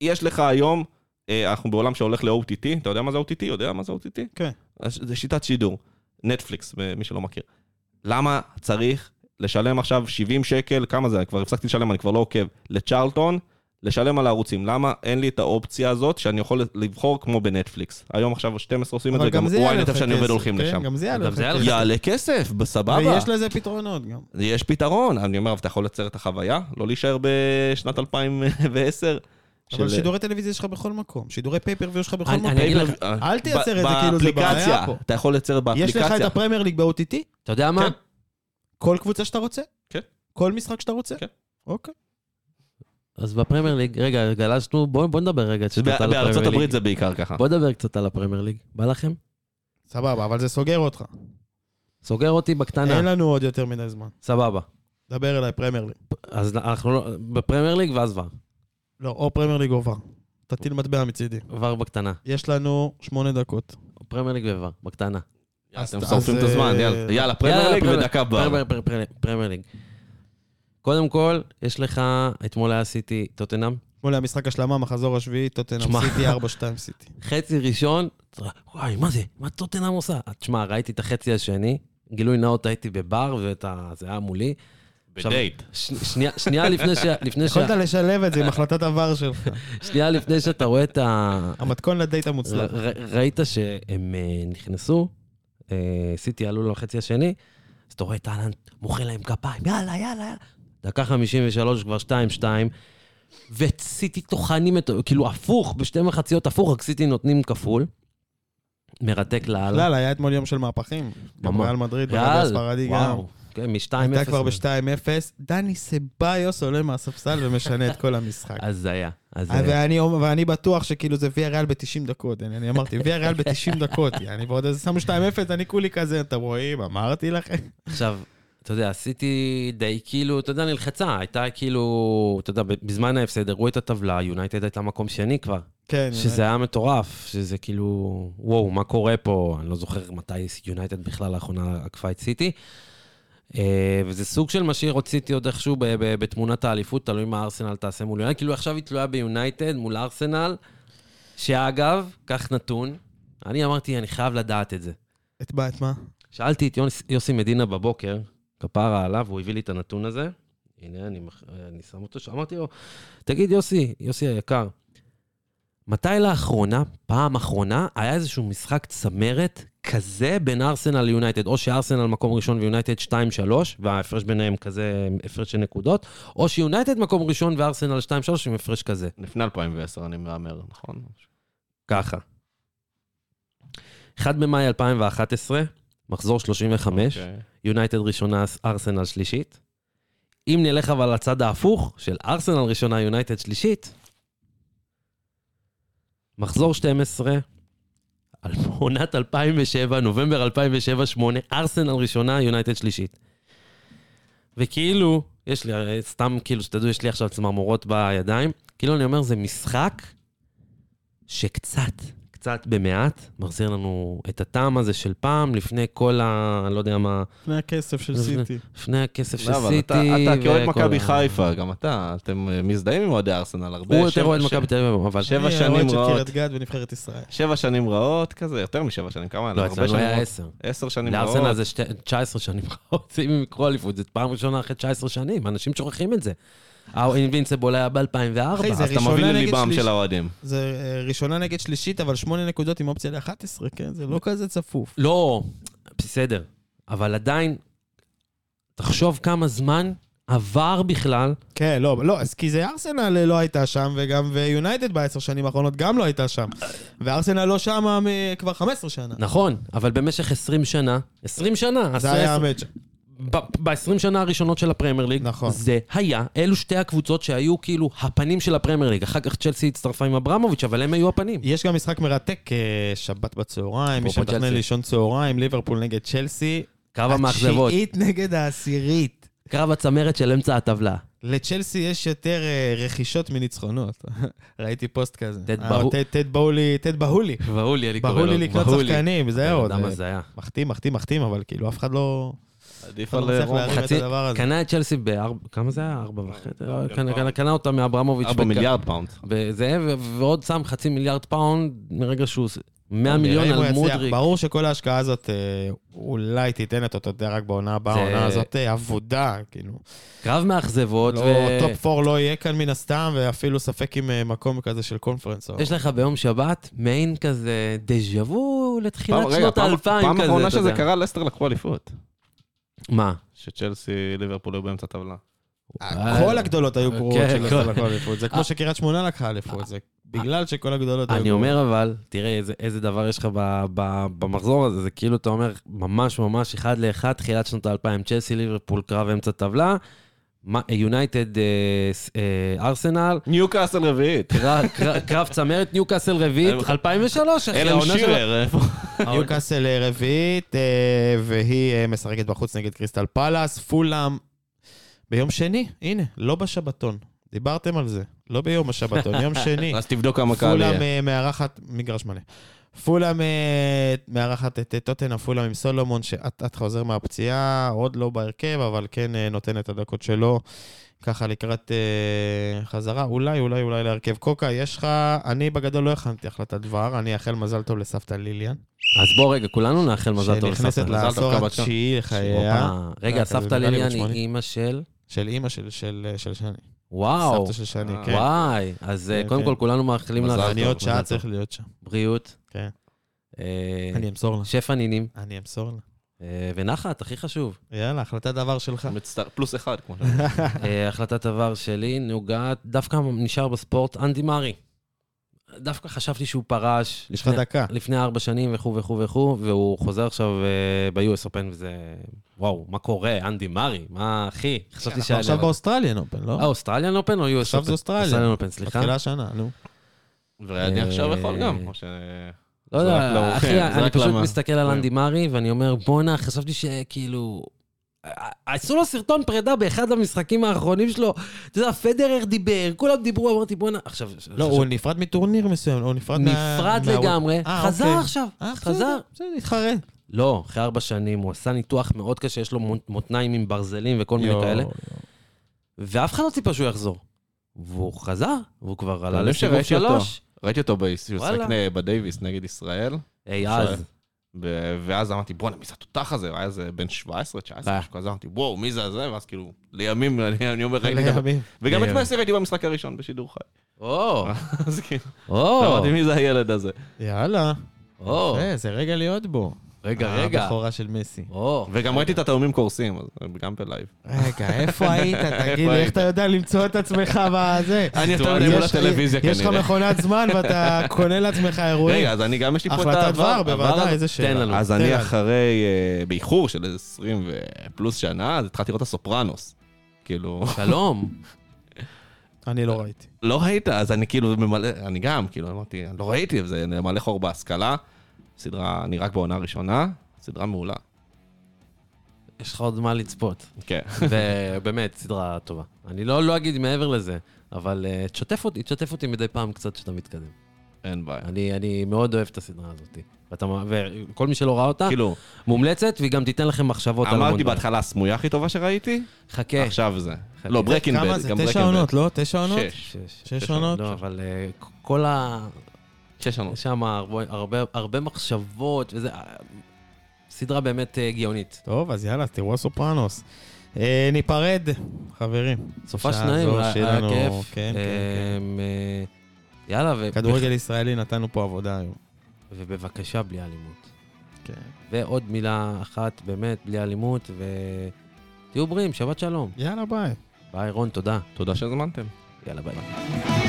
Speaker 3: יש לך היום, אה, אנחנו בעולם שהולך ל-OTT, אתה יודע מה זה OTT? יודע מה זה OTT?
Speaker 1: כן.
Speaker 3: אז זה שיטת שידור. נטפליקס, מי שלא מכיר. למה צריך לשלם עכשיו 70 שקל, כמה זה? כבר הפסקתי לשלם, אני כבר לא עוקב. לצ'רלטון, לשלם על הערוצים. למה אין לי את האופציה הזאת שאני יכול לבחור כמו בנטפליקס? היום עכשיו 12 עושים את זה, גם
Speaker 1: יעלה
Speaker 3: וואי
Speaker 1: לך
Speaker 3: נטף שאני עובד
Speaker 1: כסף,
Speaker 3: הולכים
Speaker 1: כן,
Speaker 3: לשם.
Speaker 1: גם זה יעלה
Speaker 2: גם
Speaker 1: לך
Speaker 2: זה יעלה לך
Speaker 1: כסף.
Speaker 3: יעלה כסף, בסבבה.
Speaker 1: ויש לזה פתרונות גם.
Speaker 3: יש פתרון. אני אומר, אבל אתה יכול לייצר את החוויה, לא להישאר בשנת 2010.
Speaker 1: אבל
Speaker 3: של- אה,
Speaker 1: שידורי טלוויזיה שלך בכל מקום. שידורי פייפריוויו שלך בכל
Speaker 2: אני-
Speaker 1: מקום.
Speaker 2: אני אגיד לך,
Speaker 1: אל תייצר את זה, כאילו זה בעיה
Speaker 3: אה, באפליקציה,
Speaker 1: פה.
Speaker 3: אתה יכול לייצר
Speaker 1: יש לך את
Speaker 3: באפליקציה.
Speaker 1: הפרמייר ליג ב-OTT?
Speaker 2: אתה יודע מה?
Speaker 3: כן.
Speaker 1: כל קבוצה שאתה רוצה?
Speaker 3: כן.
Speaker 1: כל משחק שאתה רוצה?
Speaker 3: כן.
Speaker 1: אוקיי.
Speaker 2: אז בפרמייר ליג, רגע, גלשנו, בוא בוא נדבר רגע קצת על
Speaker 3: בא-
Speaker 2: הפרמייר לא ליג.
Speaker 3: בארצות הברית זה בעיקר ככה.
Speaker 2: בוא נדבר קצת על הפרמייר ליג. בא לכם?
Speaker 1: סבבה, אבל זה סוגר אותך.
Speaker 2: סוגר אותי
Speaker 1: אין
Speaker 2: בקטנה,
Speaker 1: לנו עוד יותר מדי זמן.
Speaker 2: סבבה.
Speaker 1: דבר אליי, פרמייר ליג.
Speaker 2: אז אנחנו לא- בפרמייר ליג ואז ור.
Speaker 1: לא, או פרמייר ליג או ור. תטיל מטבע מצידי.
Speaker 2: ור בקטנה.
Speaker 1: יש לנו שמונה דקות.
Speaker 2: פרמייר ליג וור, בקטנה.
Speaker 1: אז-
Speaker 3: אתם
Speaker 1: אז,
Speaker 3: שורפים את הזמן,
Speaker 1: אה,
Speaker 3: יאללה. יאללה, פרמייר ליג
Speaker 2: פרמייר-
Speaker 3: ודקה בר.
Speaker 2: פרמייר- פרמייר- פרמייר- פרמייר ליג. קודם כל, יש לך, אתמול היה סיטי טוטנאם,
Speaker 1: מול המשחק השלמה, מחזור השביעי, טוטנאם
Speaker 2: שמע.
Speaker 1: סיטי 4-2 סיטי.
Speaker 2: חצי ראשון, וואי, מה זה? מה טוטנאם עושה? אה, תשמע, ראיתי את החצי השני, גילוי נאות הייתי בבר, וזה היה מולי. עכשיו-
Speaker 3: בדייט.
Speaker 2: ש- שנייה- שנייה לפני ש... לפני ש-
Speaker 1: יכולת לשלב את זה עם החלטת עבר שלך.
Speaker 2: שנייה לפני שאתה רואה את ה...
Speaker 1: המתכון לדייט המוצלח.
Speaker 2: ר- ר- ראית שהם אה, נכנסו, אה, סיטי עלו לחצי השני, אז אתה רואה את אהלן מוחא להם כפיים, יאללה, יאללה, יאללה. דקה 53, כבר 2-2, וסיטי טוחנים את... כאילו, הפוך, בשתי מחציות הפוך, רק סיטי נותנים כפול. מרתק לאללה.
Speaker 1: בכלל, היה אתמול יום של מהפכים. גם
Speaker 2: ממש.
Speaker 1: ריאל מדריד, ברגע
Speaker 2: ריאל,
Speaker 1: לא, הספרדי גם.
Speaker 2: וואו. כן, מ-2-0.
Speaker 1: הייתה כבר ב-2-0. דני סביוס עולה מהספסל ומשנה את כל המשחק.
Speaker 2: הזיה,
Speaker 1: אה,
Speaker 2: הזיה.
Speaker 1: ואני, ואני בטוח שכאילו זה ויה ריאל ב-90 דקות, אני, אני אמרתי, ויה ריאל ב-90 דקות, אני ועוד איזה שמו 2-0, אני כולי כזה, אתם רואים, אמרתי לכם.
Speaker 2: עכשיו, אתה יודע, עשיתי די כאילו, אתה יודע, נלחצה, הייתה כאילו, אתה יודע, בזמן ההפסד הראו את הטבלה, יונייטד הייתה מקום שני כבר,
Speaker 1: כן,
Speaker 2: שזה היה מטורף, שזה כאילו, וואו, מה קורה פה? אני לא זוכר מתי יונייטד בכלל לאחרונה עקפה את סיטי. אה, וזה סוג של משאיר את סיטי עוד איכשהו ב- ב- בתמונת האליפות, תלוי מה ארסנל תעשה מול יונייטד. כאילו עכשיו היא תלויה ביונייטד מול ארסנל, שאגב, כך נתון, אני אמרתי, אני חייב לדעת את זה.
Speaker 1: את מה, את מה?
Speaker 2: שאלתי את יוס, יוסי מדינה בבוקר, כפרה עליו, הוא הביא לי את הנתון הזה. הנה, אני, מח- אני שם אותו שם. אמרתי לו, תגיד, יוסי, יוסי היקר, מתי לאחרונה, פעם אחרונה, היה איזשהו משחק צמרת כזה בין ארסנל ליונייטד? או שארסנל מקום ראשון ויונייטד 2-3, וההפרש ביניהם כזה הפרש של נקודות, או שיונייטד מקום ראשון וארסנל 2-3 עם הפרש כזה.
Speaker 3: לפני 2010, אני מהמר, נכון?
Speaker 2: ככה. 1 במאי 2011, מחזור 35.
Speaker 3: אוקיי.
Speaker 2: יונייטד ראשונה, ארסנל שלישית. אם נלך אבל לצד ההפוך, של ארסנל ראשונה, יונייטד שלישית, מחזור 12, על- עונת 2007, נובמבר 2007-2008, ארסנל ראשונה, יונייטד שלישית. וכאילו, יש לי, הרי סתם כאילו, שתדעו, יש לי עכשיו צמרמורות בידיים, כאילו אני אומר, זה משחק שקצת, קצת במעט, מחזיר לנו את הטעם הזה של פעם, לפני כל ה... אני לא יודע מה...
Speaker 1: לפני הכסף של
Speaker 2: זה-
Speaker 1: סיטי.
Speaker 2: לפני הכסף של
Speaker 3: לא, אבל
Speaker 2: סיטי.
Speaker 3: אתה אתה כאוהד
Speaker 2: וכל
Speaker 3: מכבי
Speaker 2: ה-
Speaker 3: חיפה, גם אתה, אתם אה, מזדהים עם אוהדי ארסנל הרבה.
Speaker 2: הוא יותר
Speaker 3: שבע-
Speaker 2: אוהד
Speaker 3: ש-
Speaker 2: מכבי תל אביב, אבל... לא,
Speaker 3: שבע
Speaker 1: אני אה,
Speaker 3: שנים
Speaker 1: האוהד של
Speaker 3: רעות.
Speaker 1: קריית גת ונבחרת ישראל.
Speaker 3: שבע שנים רעות כזה, יותר משבע שנים, כמה היה?
Speaker 2: לא,
Speaker 3: לנו? הרבה
Speaker 2: אצלנו היה
Speaker 3: שנים.
Speaker 2: עשר.
Speaker 3: עשר שנים רעות.
Speaker 2: לארסנל זה שתי- 19 שנים רוצים עם לקרוא אליפות, זו פעם ראשונה אחרי 19 שנים, אנשים שוכחים את זה. האינבינסיבול היה ב-2004.
Speaker 1: אחי, זה
Speaker 3: אז אתה מבין
Speaker 1: ראשונה נגד
Speaker 3: לליבם
Speaker 1: שליש.
Speaker 3: של האוהדים.
Speaker 1: זה אה, ראשונה נגד שלישית, אבל שמונה נקודות עם אופציה ל-11, כן? זה לא כזה צפוף.
Speaker 2: לא, בסדר. אבל עדיין, תחשוב כמה זמן עבר בכלל.
Speaker 1: כן, לא, לא, אז כי זה ארסנל לא הייתה שם, וגם ויונייטד בעשר שנים האחרונות גם לא הייתה שם.
Speaker 3: אה.
Speaker 1: וארסנל לא שמה מ- כבר 15 שנה.
Speaker 2: נכון, אבל במשך 20 שנה, 20 שנה,
Speaker 1: זה
Speaker 2: עשרה-
Speaker 1: היה המצ'
Speaker 2: ב-20 שנה הראשונות של הפרמייר ליג,
Speaker 1: נכון.
Speaker 2: זה היה, אלו שתי הקבוצות שהיו כאילו הפנים של הפרמייר ליג. אחר כך צ'לסי הצטרפה עם אברמוביץ', אבל הם היו הפנים.
Speaker 1: יש גם משחק מרתק, אה, שבת בצהריים, מי
Speaker 2: אפרופו
Speaker 1: שמתכנן
Speaker 2: צ'לסי.
Speaker 1: לישון צהריים, ליברפול נגד צ'לסי.
Speaker 2: קרב המאכזבות,
Speaker 1: התשיעית נגד העשירית.
Speaker 2: קרב הצמרת של אמצע הטבלה.
Speaker 1: לצ'לסי יש יותר אה, רכישות מניצחונות. ראיתי פוסט כזה.
Speaker 2: טד
Speaker 1: אה,
Speaker 2: בהול-
Speaker 1: טד- טד בהולי, טד בהולי.
Speaker 2: בהולי, אני קורא לו.
Speaker 1: בהולי לקנות שחקנים, זהו.
Speaker 2: בן אדם
Speaker 1: זה אה,
Speaker 2: הזיה.
Speaker 1: מחתים, מחתים, מחתים, אבל כאילו אף אחד לא...
Speaker 3: עדיף
Speaker 1: אתה לא
Speaker 3: על
Speaker 1: מצליח
Speaker 3: רום.
Speaker 1: להרים את
Speaker 2: חצי-
Speaker 1: הדבר הזה.
Speaker 2: קנה את צ'לסי בארבע, כמה זה היה? ארבע וחצי? לא, קנה- קנה- קנה אותה מאברמוביץ'.
Speaker 3: 4
Speaker 2: בכ-
Speaker 3: מיליארד פאונד.
Speaker 2: וזה, ו- ועוד שם חצי מיליארד פאונד מרגע שהוא... עושה- 100 מיליון
Speaker 1: לא, נראה אם הוא
Speaker 2: על
Speaker 1: יצליח.
Speaker 2: מודריק.
Speaker 1: ברור שכל ההשקעה הזאת אה, אולי תיתן את אותותיה רק בעונה הבאה,
Speaker 2: זה-
Speaker 1: העונה הזאת אה, אבודה, כאילו.
Speaker 2: קרב מאכזבות.
Speaker 1: לא,
Speaker 2: ו-
Speaker 1: טופ 4 לא יהיה כאן מן הסתם, ואפילו ספק עם אה, מקום כזה של קונפרנס. או-
Speaker 2: יש לך ביום שבת מעין כזה דז'ה וו לתחילת
Speaker 3: פעם- רגע,
Speaker 2: שנות
Speaker 3: פעם-
Speaker 2: האלפיים כזה.
Speaker 3: פעם אחרונה
Speaker 2: אתה
Speaker 3: שזה
Speaker 2: יודע.
Speaker 3: קרה, לסטר לקחו אליפות.
Speaker 2: מה?
Speaker 3: שצ'לסי, ליברפול היו באמצע הטבלה.
Speaker 1: אה, כל הגדולות היו גרועות
Speaker 2: כן,
Speaker 1: של
Speaker 2: כל-
Speaker 1: הסל לכל אליפות. זה כמו שקריית שמונה לקחה אליפות, זה בגלל שכל הגדולות היו
Speaker 2: אני
Speaker 1: גרועות.
Speaker 2: אומר אבל, תראה איזה, איזה דבר יש לך ב, ב, במחזור הזה, זה כאילו אתה אומר ממש ממש אחד לאחד, תחילת שנות האלפיים, צ'לסי, ליברפול, קרב אמצע טבלה, מה- יונייטד, אה, ס- אה, ארסנל,
Speaker 3: ניוקאסל רביעית.
Speaker 2: קרב- קרב- קרב צמרת, ניוקאסל רביעית, 2003, אחי,
Speaker 3: אלן
Speaker 2: העונה של-
Speaker 3: שירר, איפה?
Speaker 1: ניוקאסל אה, רביעית, אה, והיא אה, משחקת בחוץ נגד קריסטל פאלאס, פולאם. ביום שני, הנה, לא בשבתון. דיברתם על זה, לא ביום השבתון, יום שני.
Speaker 3: אז תבדוק כמה קהל
Speaker 1: פולאם
Speaker 3: יהיה.
Speaker 1: אה, מארחת, מגרש מלא. פולאם אה, מארחת את אה, טוטנאם, פולאם עם סולומון, שאט-אט חוזר מהפציעה, עוד לא בהרכב, אבל כן אה, נותן את הדקות שלו, ככה לקראת אה, חזרה. אולי, אולי, אולי להרכב. קוקה, יש לך... אני בגדול לא הכנתי החלטת דבר, אני אאחל מזל טוב לסבתא ליליאן.
Speaker 2: אז בוא רגע, כולנו נאחל מזל טוב
Speaker 1: שנכנסת
Speaker 2: לסבתא.
Speaker 3: מזל טוב,
Speaker 1: לעשור
Speaker 3: כמה
Speaker 1: התשיעי לחייה,
Speaker 2: הופה.
Speaker 1: אה,
Speaker 2: רגע, סבתא
Speaker 1: כזה נראה לי
Speaker 2: ליליאן
Speaker 1: בת
Speaker 2: היא
Speaker 1: שמונים.
Speaker 2: אימא של...
Speaker 1: של אימא של של- אה, של שני.
Speaker 2: וואו,
Speaker 1: סבתא של שני,
Speaker 3: אה,
Speaker 1: כן.
Speaker 2: וואי. אז אה,
Speaker 1: כן,
Speaker 2: קודם
Speaker 1: כן.
Speaker 2: כל כולנו מאחלים לך...
Speaker 3: מזל
Speaker 1: אני עוד
Speaker 2: מזל
Speaker 1: שעה
Speaker 2: טוב.
Speaker 1: צריך להיות שם.
Speaker 2: בריאות.
Speaker 1: כן.
Speaker 2: אה,
Speaker 1: אני אמסור לה.
Speaker 2: שפע נינים.
Speaker 1: אני אמסור לה.
Speaker 2: אה, ונחת, הכי חשוב.
Speaker 1: יאללה, החלטת דבר שלך.
Speaker 3: מצטער, פלוס אחד, כמו שאתה
Speaker 2: אה, החלטת עבר שלי נוגעת, דווקא נשאר בספורט, אנדי מארי. דווקא חשבתי שהוא פרש
Speaker 1: יש לך
Speaker 2: לפני-
Speaker 1: דקה.
Speaker 2: לפני ארבע שנים וכו' וכו' וכו', והוא חוזר עכשיו אה, ב-US Open וזה... וואו, מה קורה, אנדי מארי? מה, אחי? חשבתי
Speaker 1: אנחנו
Speaker 2: שהיה...
Speaker 1: עכשיו באוסטרליאן אופן, לא?
Speaker 2: אה, אוסטרליאן אופן או US Open?
Speaker 1: עכשיו זה אוסטרליאן.
Speaker 2: אוסטרליאן אופן, סליחה.
Speaker 1: מתחילה השנה, נו.
Speaker 3: ואני עכשיו יכול גם. או ש-
Speaker 2: לא
Speaker 3: זה רק
Speaker 2: יודע,
Speaker 3: לאורחים,
Speaker 2: אחי,
Speaker 1: כן,
Speaker 3: זה
Speaker 2: אני
Speaker 3: רק
Speaker 2: פשוט
Speaker 3: למה.
Speaker 2: מסתכל על
Speaker 3: רואים.
Speaker 2: אנדי מארי, ואני אומר, בואנה, חשבתי שכאילו... עשו לו סרטון פרידה באחד המשחקים האחרונים שלו. אתה יודע, פדרר דיבר, כולם דיברו, אמרתי, בואנה... עכשיו...
Speaker 1: לא, הוא נפרד מטורניר מסוים, הוא נפרד מה...
Speaker 2: נפרד
Speaker 1: מה-
Speaker 2: לגמרי,
Speaker 1: אה,
Speaker 2: חזר
Speaker 1: אוקיי.
Speaker 2: עכשיו,
Speaker 1: אה, בסדר,
Speaker 2: חזר.
Speaker 1: בסדר, התחרט.
Speaker 2: לא, אחרי ארבע שנים, הוא עשה ניתוח מאוד קשה, יש לו מוט- מותניים עם ברזלים וכל מיני כאלה, ואף אחד לא ציפה שהוא יחזור. והוא חזר, והוא כבר עלה
Speaker 3: אני חושב
Speaker 2: לסיבוב
Speaker 3: שראיתי אותו.
Speaker 2: שלוש.
Speaker 3: ראיתי אותו ביס- שהוא
Speaker 2: וואלה.
Speaker 3: שיחק נ- בדייוויס נגד ישראל,
Speaker 2: היי,
Speaker 3: שואל.
Speaker 2: אז.
Speaker 3: ב- ואז אמרתי, בואנה, מי זה התותח הזה? הוא היה איזה בן 17-19,
Speaker 2: אה.
Speaker 3: משהו כזה, אמרתי, וואו, מי זה הזה? ואז כאילו, לימים, אני אני אומר, ראיתי גם...
Speaker 1: לימים.
Speaker 3: וגם את
Speaker 2: לימים.
Speaker 3: מסי ראיתי במשחק הראשון בשידור חי.
Speaker 2: או, לא.
Speaker 3: אז כאילו,
Speaker 2: או,
Speaker 1: לא,
Speaker 3: אמרתי, מי זה הילד הזה?
Speaker 1: יאללה.
Speaker 2: או,
Speaker 1: אה, זה רגע להיות בו. אה,
Speaker 2: רגע, רגע,
Speaker 1: הבכורה של מסי.
Speaker 2: או.
Speaker 3: וגם ראיתי את התאומים קורסים, אז גם בלייב.
Speaker 1: רגע, איפה היית? תגיד,
Speaker 3: היית?
Speaker 1: איך אתה יודע למצוא את עצמך בזה?
Speaker 3: אני יותר
Speaker 1: יש-
Speaker 3: מדי מול הטלוויזיה
Speaker 1: יש לך
Speaker 3: כנראה.
Speaker 1: מכונת זמן ואתה קונה לעצמך אירועים.
Speaker 3: רגע, אז אני גם יש לי פה את
Speaker 1: החלטת כן.
Speaker 3: העבר.
Speaker 1: דבר,
Speaker 3: עבר
Speaker 1: בוודאי,
Speaker 3: על-
Speaker 1: איזה שאלה.
Speaker 2: לנו.
Speaker 3: אז
Speaker 1: תן
Speaker 3: אני
Speaker 1: לנו.
Speaker 3: אחרי, אה, באיחור של איזה 20 ופלוס שנה, אז התחלתי לראות את הסופרנוס. כאילו,
Speaker 2: שלום.
Speaker 1: אני לא ראיתי.
Speaker 3: לא ראית, אז אני כאילו ממלא, אני גם, כאילו, אמרתי, לא ראיתי, זה מלא חור בהשכלה. סדרה, אני רק בעונה הראשונה, סדרה מעולה.
Speaker 2: יש לך עוד מה לצפות.
Speaker 3: כן.
Speaker 2: ובאמת, סדרה טובה. אני לא, לא אגיד מעבר לזה, אבל אה, תשתף אותי, תשתף אותי מדי פעם קצת שאתה מתקדם.
Speaker 3: אין בעיה.
Speaker 2: אני, אני מאוד אוהב את הסדרה הזאת. ואתה, מ- וכל מי שלא ראה אותה,
Speaker 3: כאילו,
Speaker 2: מומלצת, והיא גם תיתן לכם מחשבות אה, על המון
Speaker 3: אמרתי
Speaker 2: דברים.
Speaker 3: בהתחלה הסמויה הכי טובה שראיתי,
Speaker 2: חכה.
Speaker 3: עכשיו זה.
Speaker 2: חכה.
Speaker 3: כן. לא, ברקינבד,
Speaker 1: כמה זה?
Speaker 3: גם
Speaker 1: תשע
Speaker 3: ברקינבד.
Speaker 1: עונות, לא? תשע עונות?
Speaker 3: שש.
Speaker 2: שש.
Speaker 1: שש עונות?
Speaker 2: לא, אבל אה, כ- כל ה...
Speaker 3: שש עונות.
Speaker 2: יש שם הרבה, הרבה, הרבה מחשבות, וזה... אה, סדרה באמת אה, גאונית.
Speaker 1: טוב, אז יאללה, תראו הסופרנוס. אה, ניפרד, חברים.
Speaker 2: סופה
Speaker 1: שעה
Speaker 2: שניים,
Speaker 1: זו,
Speaker 2: היה
Speaker 1: שיהיה
Speaker 2: היה
Speaker 1: לנו-
Speaker 2: כיף.
Speaker 1: כן, כן,
Speaker 2: אה, אה, יאללה, ו-
Speaker 1: כדורגל ישראלי נתנו פה עבודה היום.
Speaker 2: ובבקשה, בלי אלימות.
Speaker 1: כן.
Speaker 2: ועוד מילה אחת, באמת, בלי אלימות, ו... תהיו בריאים, שבת שלום.
Speaker 1: יאללה, ביי.
Speaker 2: ביי, רון, תודה.
Speaker 3: תודה שהזמנתם.
Speaker 2: יאללה, ביי.